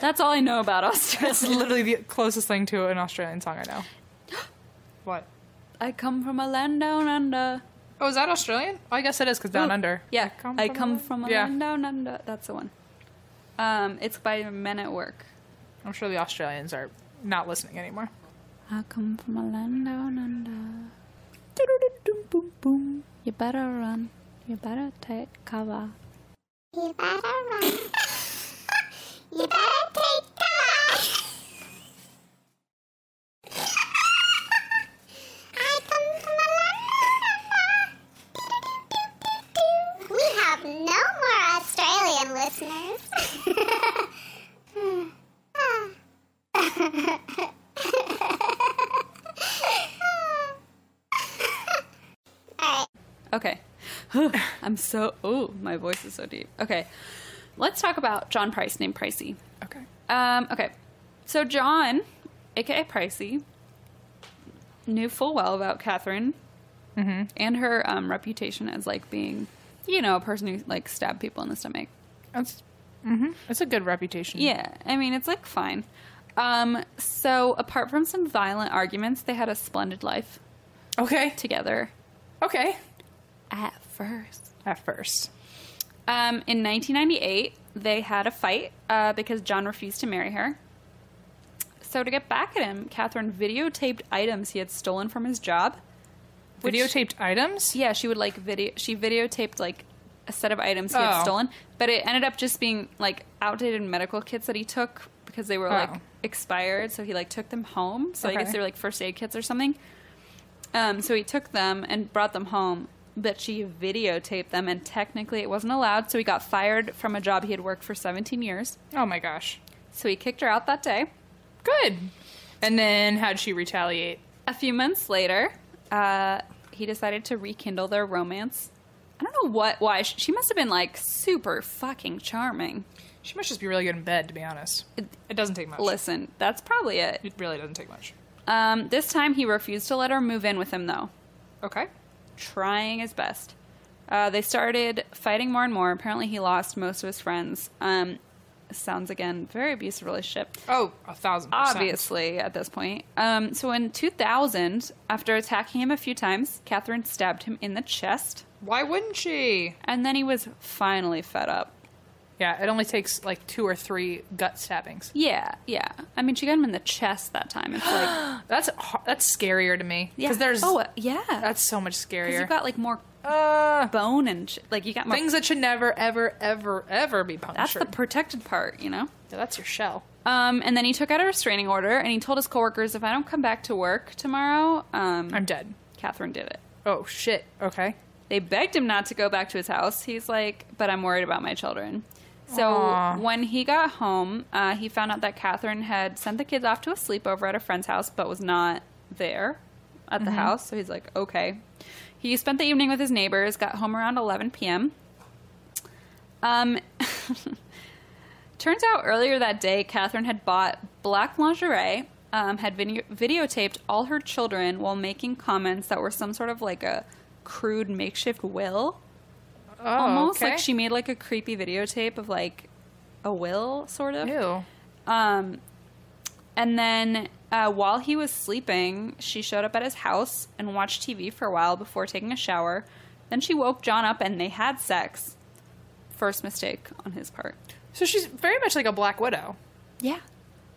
That's all I know about Australia.
That's literally the closest thing to an Australian song I know. what?
I come from a land down under.
Oh, is that Australian? Oh, I guess it is because down
Ooh,
under.
Yeah,
I come
I
from
come
a-
from a
Yeah.
land down under. That's the one. Um, it's by Men at Work.
I'm sure the Australians are not listening anymore.
I come from a land down under. You better run. You better take cover.
You better run. you better take cover. I come from a land of fire. We have no more Australian listeners. All right.
Okay. I'm so. Oh, my voice is so deep. Okay. Let's talk about John Price named Pricey.
Okay.
Um, okay. So John, aka Pricey, knew full well about Catherine and her um, reputation as like being, you know, a person who like stabbed people in the stomach.
That's hmm That's a good reputation.
Yeah, I mean it's like fine. Um, so apart from some violent arguments, they had a splendid life
Okay.
together
Okay.
at first.
At first.
Um, in 1998, they had a fight uh, because John refused to marry her. So to get back at him, Catherine videotaped items he had stolen from his job. which-
Videotaped items?
Yeah, she would like video. She videotaped like a set of items he had
Oh.
stolen, but it ended up just being like outdated medical kits that he took because they were like
Oh.
expired. So he like took them home. So I guess
Okay.
they were like first aid kits or something. Um, so he took them and brought them home, but she videotaped them, and technically it wasn't allowed. So he got fired from a job he had worked for 17 years.
Oh my gosh.
So he kicked her out that day.
Good. And then how'd she retaliate?
A few months later, uh, he decided to rekindle their romance. I don't know what, why. She she must have been like super fucking charming.
She must just be really good in bed, to be honest. It, doesn't take much.
Listen, that's probably it.
It really doesn't take much.
Um, this time he refused to let her move in with him, though,
Okay.
trying his best. Uh, they started fighting more and more. Apparently, he lost most of his friends. Um, sounds again, very abusive relationship.
Oh, a thousand percent.
obviously at this point. Um, so in 2000, after attacking him a few times, Catherine stabbed him in the chest,
Why wouldn't she?
and then he was finally fed up.
Yeah, it only takes like two or three gut stabbings.
Yeah, yeah. I mean, she got him in the chest that time. It's like,
That's har- that's scarier to me.
yeah.
Because there's
oh uh, yeah,
that's so much
'Cause
scarier.
you got like more
uh,
bone and sh- like you got more.
things that should never, ever, ever, ever be punctured.
that's the protected part, you know.
Yeah, that's your shell.
Um, and then he took out a restraining order, and he told his coworkers, "If I don't come back to work tomorrow, um,
I'm dead.
Catherine did it."
Oh shit. Okay.
They begged him not to go back to his house. He's like, but I'm worried about my children. So
Aw.
when he got home, uh, he found out that Catherine had sent the kids off to a sleepover at a friend's house, but was not there. at the house. So he's like, okay. He spent the evening with his neighbors, got home around 11 p.m. Um, turns out earlier that day, Catherine had bought black lingerie, um, had video- videotaped all her children while making comments that were some sort of like a crude makeshift will
Oh,
almost
okay.
like she made like a creepy videotape of like a will sort of
Ew.
um and then uh, while he was sleeping she showed up at his house and watched tv for a while before taking a shower then she woke john up and they had sex first mistake on his part
So she's very much like a black widow.
yeah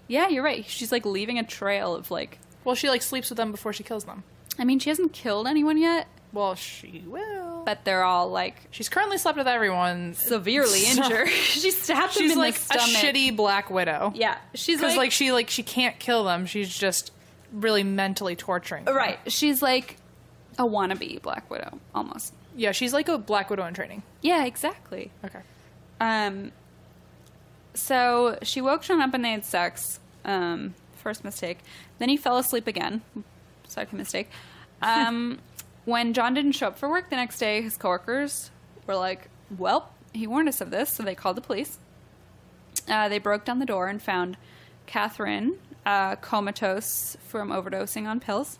yeah you're right she's like leaving a trail of like
Well, she like sleeps with them before she kills them.
i mean she hasn't killed anyone yet
Well, she will.
but they're all like
she's currently slept with everyone.
severely
So-
injured she stabbed him
She's
in
like
the
a
stomach
shitty black widow.
yeah she's
because
like,
like, she like she can't kill them. She's just really mentally torturing. them.
Right. She's like a wannabe Black Widow, almost.
Yeah, she's like a black widow in training.
Yeah, exactly.
Okay.
Um, so she woke Sean up and they had sex. Um, first mistake. Then he fell asleep again. Second mistake. Um, when John didn't show up for work the next day, his coworkers were like, "Well, he warned us of this," so they called the police. Uh, they broke down the door and found Catherine uh, comatose from overdosing on pills.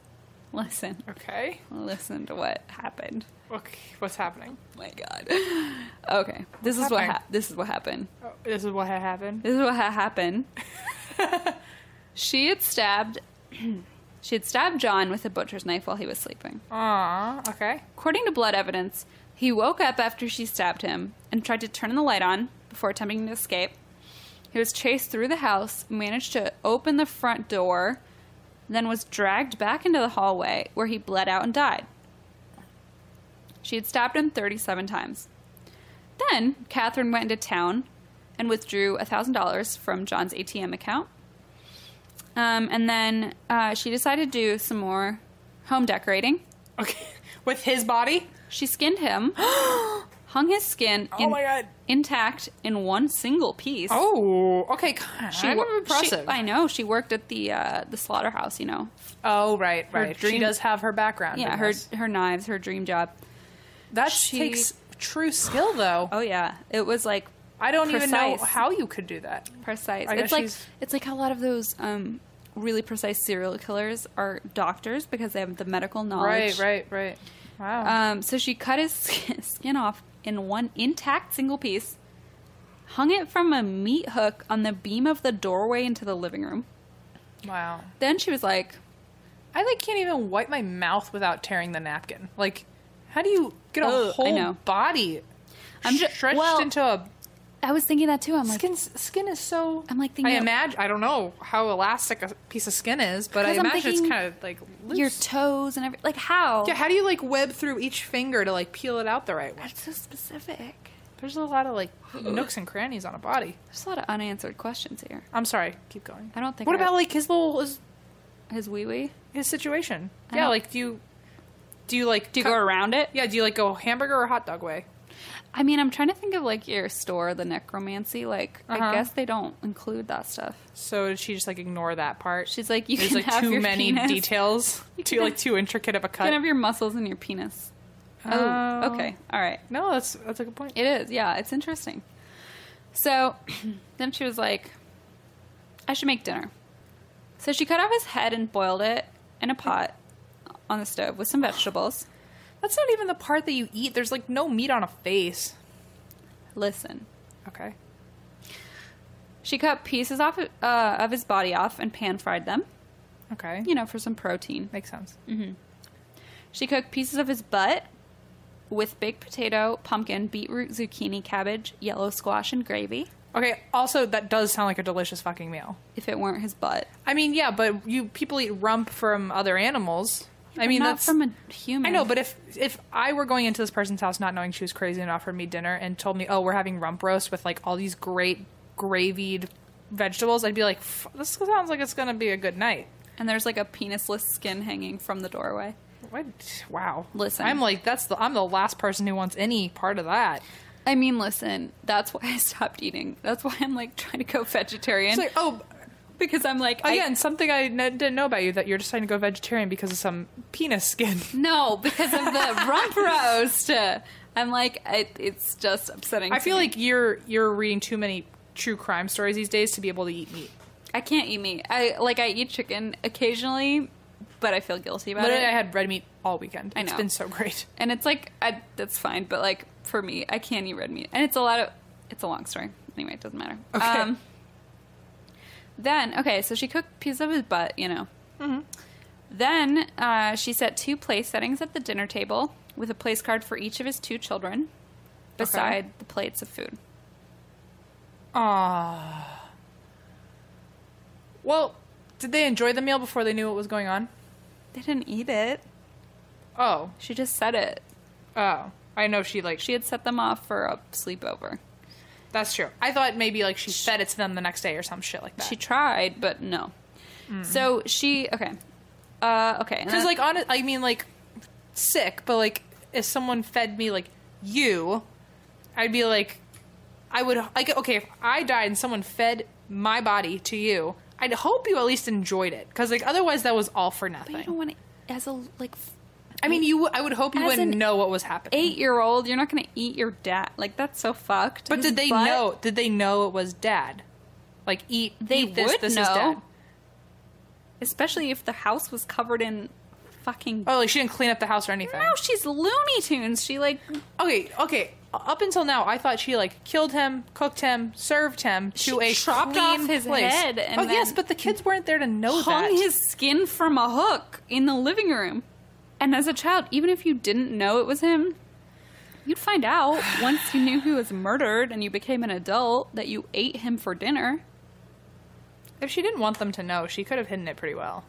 Listen,
Okay.
listen to what happened.
Okay. What's happening?
my god. Okay, this is what
happened?
hap this is what happened.
Oh, this is what had happened.
This is what ha- happened. she had stabbed. she had stabbed John with a butcher's knife while he was sleeping.
Ah. Okay.
According to blood evidence, he woke up after she stabbed him and tried to turn the light on before attempting to escape. He was chased through the house, managed to open the front door, then was dragged back into the hallway where he bled out and died. She had stabbed him 37 times. Then Catherine went into town and withdrew $1,000 from John's ATM account. Um, and then uh, she decided to do some more home decorating.
Okay. With his body.
She skinned him, hung his skin
Oh my God.
intact in one single piece.
Oh. Okay. Kind
She
of
wor-
impressive.
she- I know she worked at the uh, the slaughterhouse. You know,
oh right. Right. she
dream-
does have her background.
yeah,
in
her
this.
her knives, her dream job.
That
She-
takes true skill, though.
Oh yeah, it was like
I don't even know
precise.
how you could do that.
precise.
I
It's
guess
like
she's-
it's like how a lot of those um, really precise serial killers are doctors because they have the medical knowledge.
right, right. Wow.
Um, so she cut his skin skin off in one intact single piece, hung it from a meat hook on the beam of the doorway into the living room.
wow.
Then she was like,
I like can't even wipe my mouth without tearing the napkin. Like, how do you get a
Ugh, I
whole
know.
body
I'm ju-
stretched
well,
into a
I was thinking that too. I'm like,
skin? Skin is so.
I'm like
I
thinking-
imagine. I don't know how elastic a piece of skin is, but I
Because I'm
imagine it's
thinking
kind of like loose.
your toes and everything. Like, how?
yeah, how do you like web through each finger to like peel it out the right way?
That's so specific.
There's a lot of like nooks and crannies on a body.
There's a lot of unanswered questions here.
I'm sorry, keep going.
I don't think
What
I-
about like his little his
His wee wee.
his situation.
I
yeah,
don't-
like do you do you like
Do you
cut-
go around it?
Yeah, do you like go hamburger or hot dog way?
I mean, I'm trying to think of like your store, the necromancy. Like,
Uh-huh.
I guess they don't include that stuff.
So did she just like ignore that part?
She's like, you
There's
can
like
have
too
your
many
penis.
details, too like too intricate of a
You
cut.
can have your muscles and your penis.
Oh.
oh okay. All right.
no, that's that's a good point.
It is, yeah. It's interesting. So then she was like, I should make dinner. So she cut off his head and boiled it in a pot on the stove with some vegetables.
That's not even the part that you eat. There's like no meat on a face.
Listen,
Okay.
she cut pieces off uh, of his body off and pan fried them,
Okay.
you know, for some protein.
Makes sense.
She cooked pieces of his butt with baked potato, pumpkin, beetroot, zucchini, cabbage, yellow squash, and gravy.
Okay, also that does sound like a delicious fucking meal.
If it weren't his butt,
I mean, yeah, but you people eat rump from other animals. I mean,
not
that's
from a human.
I know, but if if I were going into this person's house not knowing she was crazy and offered me dinner and told me, "Oh, we're having rump roast with like all these great gravied vegetables," I'd be like, "F- "This sounds like it's gonna be a good night."
and there's like a penisless skin hanging from the doorway.
What? Wow.
Listen.
I'm like, that's the I'm the last person who wants any part of that.
I mean, listen, that's why I stopped eating. That's why I'm like trying to go vegetarian.
It's like, oh,
because I'm like, I-
Again, something I n- didn't know about you that you're deciding to go vegetarian because of some penis skin.
no, because of the rump roast. I'm like, it, it's just upsetting.
I
to
feel
me.
like you're you're reading too many true crime stories these days to be able to eat meat.
I can't eat meat. I like I eat chicken occasionally, but I feel guilty about
Literally,
it.
I had red meat all weekend.
I
It's
know.
been so great.
and it's like I, that's fine, but like for me, I can't eat red meat, and it's a lot of. It's a long story. Anyway, it doesn't matter. Um,
Okay.
then okay, so she cooked piece of his butt, you know. Then uh, she set two place settings at the dinner table with a place card for each of his two children, beside the plates of food.
Ah. Well, did they enjoy the meal before they knew what was going on?
They didn't eat it.
Oh,
She just said it.
oh, I know she like
She
she.
had set them off for a sleepover.
That's true. I thought maybe like she fed it to them the next day or some shit like that.
She tried, but no. So she okay, uh, okay. and
Because
then-
like on I mean like sick, but like if someone fed me like you, I'd be like, I would like okay if I died and someone fed my body to you, I'd hope you at least enjoyed it because like otherwise that was all for
but you don't
nothing.
want to as a like
I mean you I would hope you
As
wouldn't
an
know what was happening.
eight year old. You're not going to eat your dad. Like that's so fucked.
but
His
did they
butt-
know? Did they know it was dad? Like eat
They
eat this,
would
this
know.
is dad.
Especially if the house was covered in fucking.
Oh, like she didn't clean up the house or anything.
No, she's Looney Tunes. She like
Okay, okay. Uh, Up until now, I thought she like killed him, cooked him, served him
She
to a
chopped
clean
off his
place.
head and
oh yes,
then
but the kids weren't there to know
hung
that.
his skin from a hook in the living room. And as a child, even if you didn't know it was him, you'd find out once you knew he was murdered and you became an adult that you ate him for dinner.
if she didn't want them to know, she could have hidden it pretty well.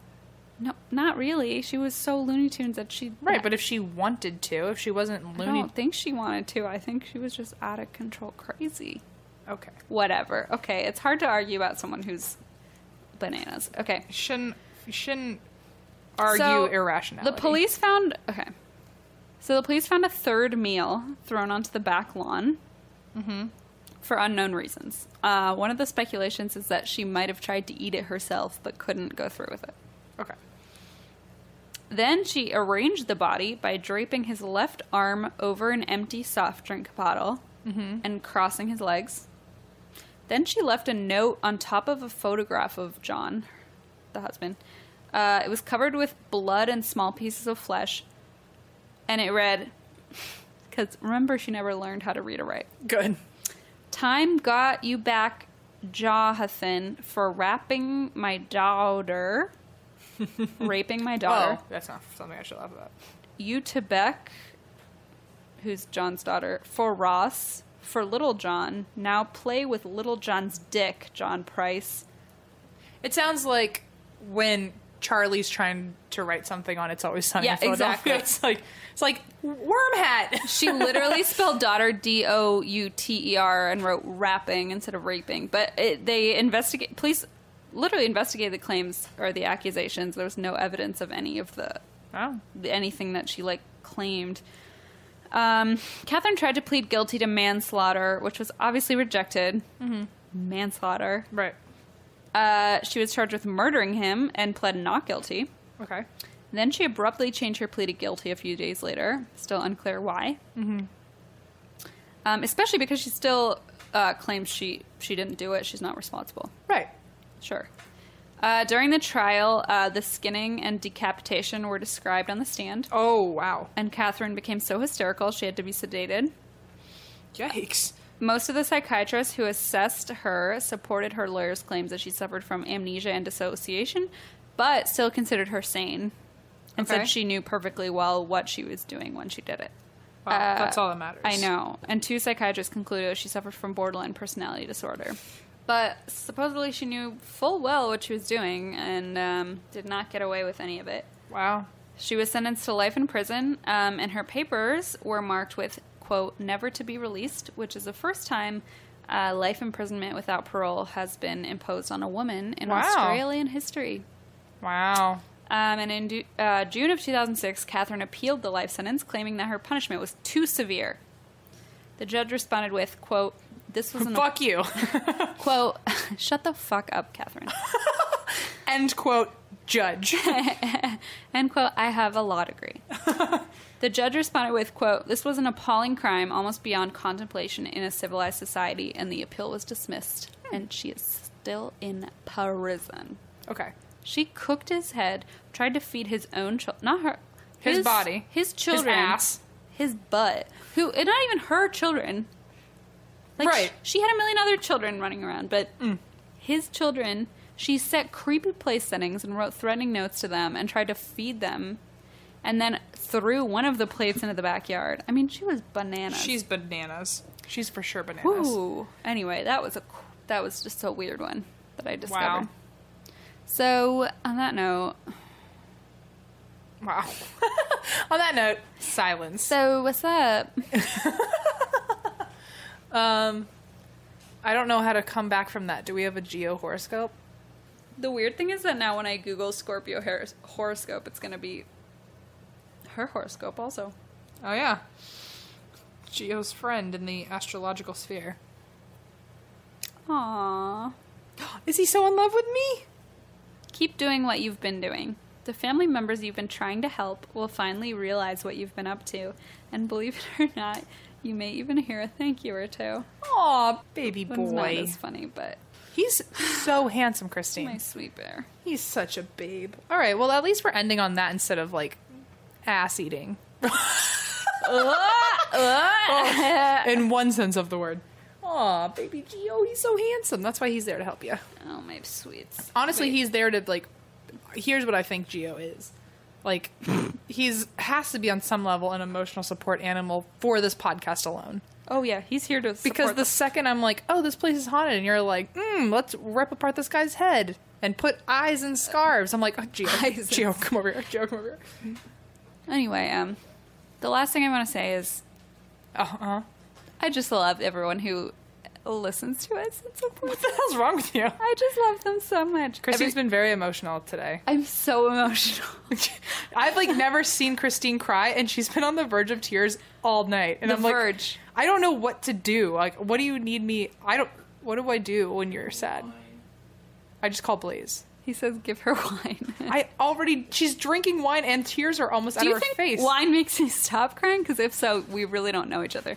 No, not really. She was so Looney Tunes that she
Right, but if she wanted to, if she wasn't
I
loony,
don't think she wanted to. I think she was just out of control, crazy.
okay,
Whatever. Okay, it's hard to argue about someone who's bananas. Okay,
shouldn't you shouldn't argue
So,
irrationality.
The police found okay. So the police found a third meal thrown onto the back lawn
Mm-hmm.
for unknown reasons. Uh, one of the speculations is that she might have tried to eat it herself but couldn't go through with it.
Okay,
Then she arranged the body by draping his left arm over an empty soft drink bottle and crossing his legs. Then she left a note on top of a photograph of John, the husband. Uh, it was covered with blood and small pieces of flesh, and it read, because remember, she never learned how to read or write.
good.
Time got you back, Jonathan, for raping my daughter. raping my daughter
Oh, that's not something I should laugh about.
you to Beck, who's John's daughter, for Ross, for Little John. Now play with Little John's dick, John Price.
It sounds like when Charlie's trying to write something on "It's Always Sunny."
Yeah,
in Philadelphia.
exactly.
It's like it's like worm hat.
She literally spelled daughter D O U T E R and wrote rapping instead of raping. But it, they investigate. Police literally investigated the claims or the accusations. There was no evidence of any of the
Wow.
anything that she like claimed. Um, Catherine tried to plead guilty to manslaughter, which was obviously rejected. Manslaughter.
Right.
Uh, she was charged with murdering him and pled not guilty.
Okay.
Then she abruptly changed her plea to guilty a few days later. Still unclear why. Mm-hmm. Um, especially because she still uh, claims she she didn't do it. She's not responsible.
Right.
Sure. Uh, during the trial, uh, the skinning and decapitation were described on the stand,
Oh wow.
and Catherine became so hysterical she had to be sedated.
Yikes.
Most of the psychiatrists who assessed her supported her lawyer's claims that she suffered from amnesia and dissociation, but still considered her sane and
Okay.
said she knew perfectly well what she was doing when she did it.
Wow,
Uh,
that's all that matters.
I know. And two psychiatrists concluded she suffered from borderline personality disorder. But supposedly she knew full well what she was doing and um, did not get away with any of it.
Wow.
She was sentenced to life in prison, um, and her papers were marked with, quote, never to be released, which is the first time uh, life imprisonment without parole has been imposed on a woman in
Wow.
Australian history.
Wow.
Um, and in du- uh, June of 2006, Catherine appealed the life sentence, claiming that her punishment was too severe. The judge responded with, quote, this was an
Fuck you.
quote, shut the fuck up, Catherine.
End quote. Judge.
End quote, I have a law degree. the judge responded with, quote, this was an appalling crime almost beyond contemplation in a civilized society, and the appeal was dismissed, and she is still in prison.
Okay.
She cooked his head, tried to feed his own child, not her,
His body.
his
His
children,
ass.
his butt. Who? And not even her children. Like sh-
Right. Mm.
She, had a million other children running around, but his children. She set creepy place settings and wrote threatening notes to them and tried to feed them, and then threw one of the plates into the backyard. I mean, she was bananas.
She's bananas. She's for sure bananas.
Ooh. Anyway, that was a qu- that was just a weird one that I discovered.
Wow.
So on that note,
Wow. On that note, silence.
so what's up?
I don't know how to come back from that. Do we have a geo horoscope?
The weird thing is that now when I Google Scorpio hor- horoscope, it's going to be her horoscope also.
Oh yeah. Geo's friend in the astrological sphere.
Aww.
Is he so in love with me?
Keep doing what you've been doing. The family members you've been trying to help will finally realize what you've been up to, and believe it or not, you may even hear a thank you or two.
Aw, baby
One's not
boy.
as funny, but
He's so handsome, Christine.
my sweet bear.
He's such a babe. All right, well, at least we're ending on that instead of like ass eating. Oh, uh. in one sense of the word. Aw, baby Geo, he's so handsome. That's why he's there to help you.
Oh, my sweets.
Honestly,
Wait.
he's there to like. Here's what I think Geo is. Like, he's has to be on some level an emotional support animal for this podcast alone.
Oh, yeah, he's here to
Because
support
the second I'm like, oh, this place is haunted, and you're like, mm, let's rip apart this guy's head and put eyes and scarves. I'm like, oh, Geo, Geo, come over here, Geo, come over here.
Anyway, um, the last thing I want to say is
Uh huh.
I just love everyone who listens to us and
What
supports
the
us.
hell's wrong with you?
I just love them so much.
Christine's
Every-
been very emotional today.
I'm so emotional.
I've like never seen Christine cry, and she's been on the verge of tears all night. And
The
I'm like,
verge.
I don't know what to do. Like, what do you need me? I don't. What do I do when you're sad? I just call Blaze.
He says, "Give her wine."
I already. She's drinking wine, and tears are almost out of
Do you
her
think
face.
wine makes me stop crying? Because if so, we really don't know each other.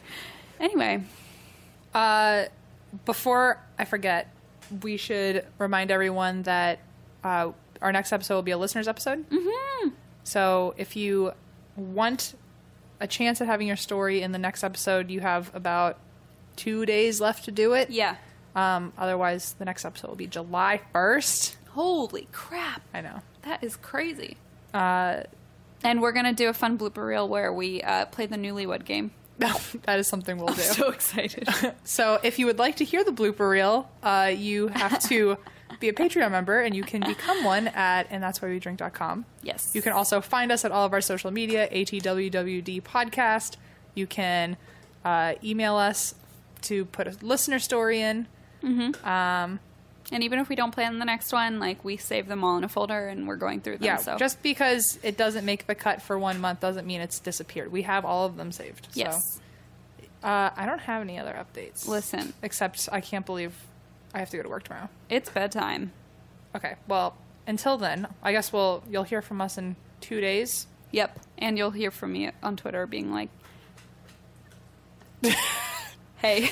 Anyway,
Uh, before I forget, we should remind everyone that uh, our next episode will be a listeners episode. Mm-hmm. So if you want a chance at having your story in the next episode, you have about two days left to do it.
yeah.
Um, otherwise, the next episode will be July first.
Holy crap,
I know.
that is crazy.
Uh,
And we're gonna do a fun blooper reel where we uh, play the Newlywed Game.
that is something we'll do.
So excited.
So if you would like to hear the blooper reel, uh, you have to be a Patreon member and you can become one at and that's why we drink.com.
Yes.
You can also find us at all of our social media, ATWWD podcast. You can uh, email us to put a listener story
Um,
in.
And even if we don't plan the next one, like we save them all in a folder and we're going through them.
Yeah,
so.
just because it doesn't make the cut for one month doesn't mean it's disappeared. We have all of them saved.
yes.
So uh, I don't have any other updates.
Listen.
Except I can't believe I have to go to work tomorrow.
It's bedtime.
Okay. Well, until then, I guess we'll you'll hear from us in two days.
Yep. And you'll hear from me on Twitter being like, hey,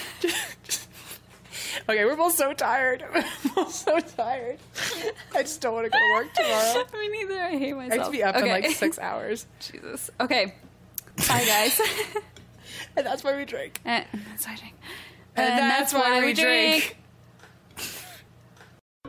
Okay, we're both so tired. we're both so tired. I just don't want to go to work tomorrow.
me neither. I hate myself.
I have to be up
okay.
in like six hours,
Jesus. Okay. Bye, guys.
and that's why we drink.
and that's why I drink.
And, that's, why, we drink.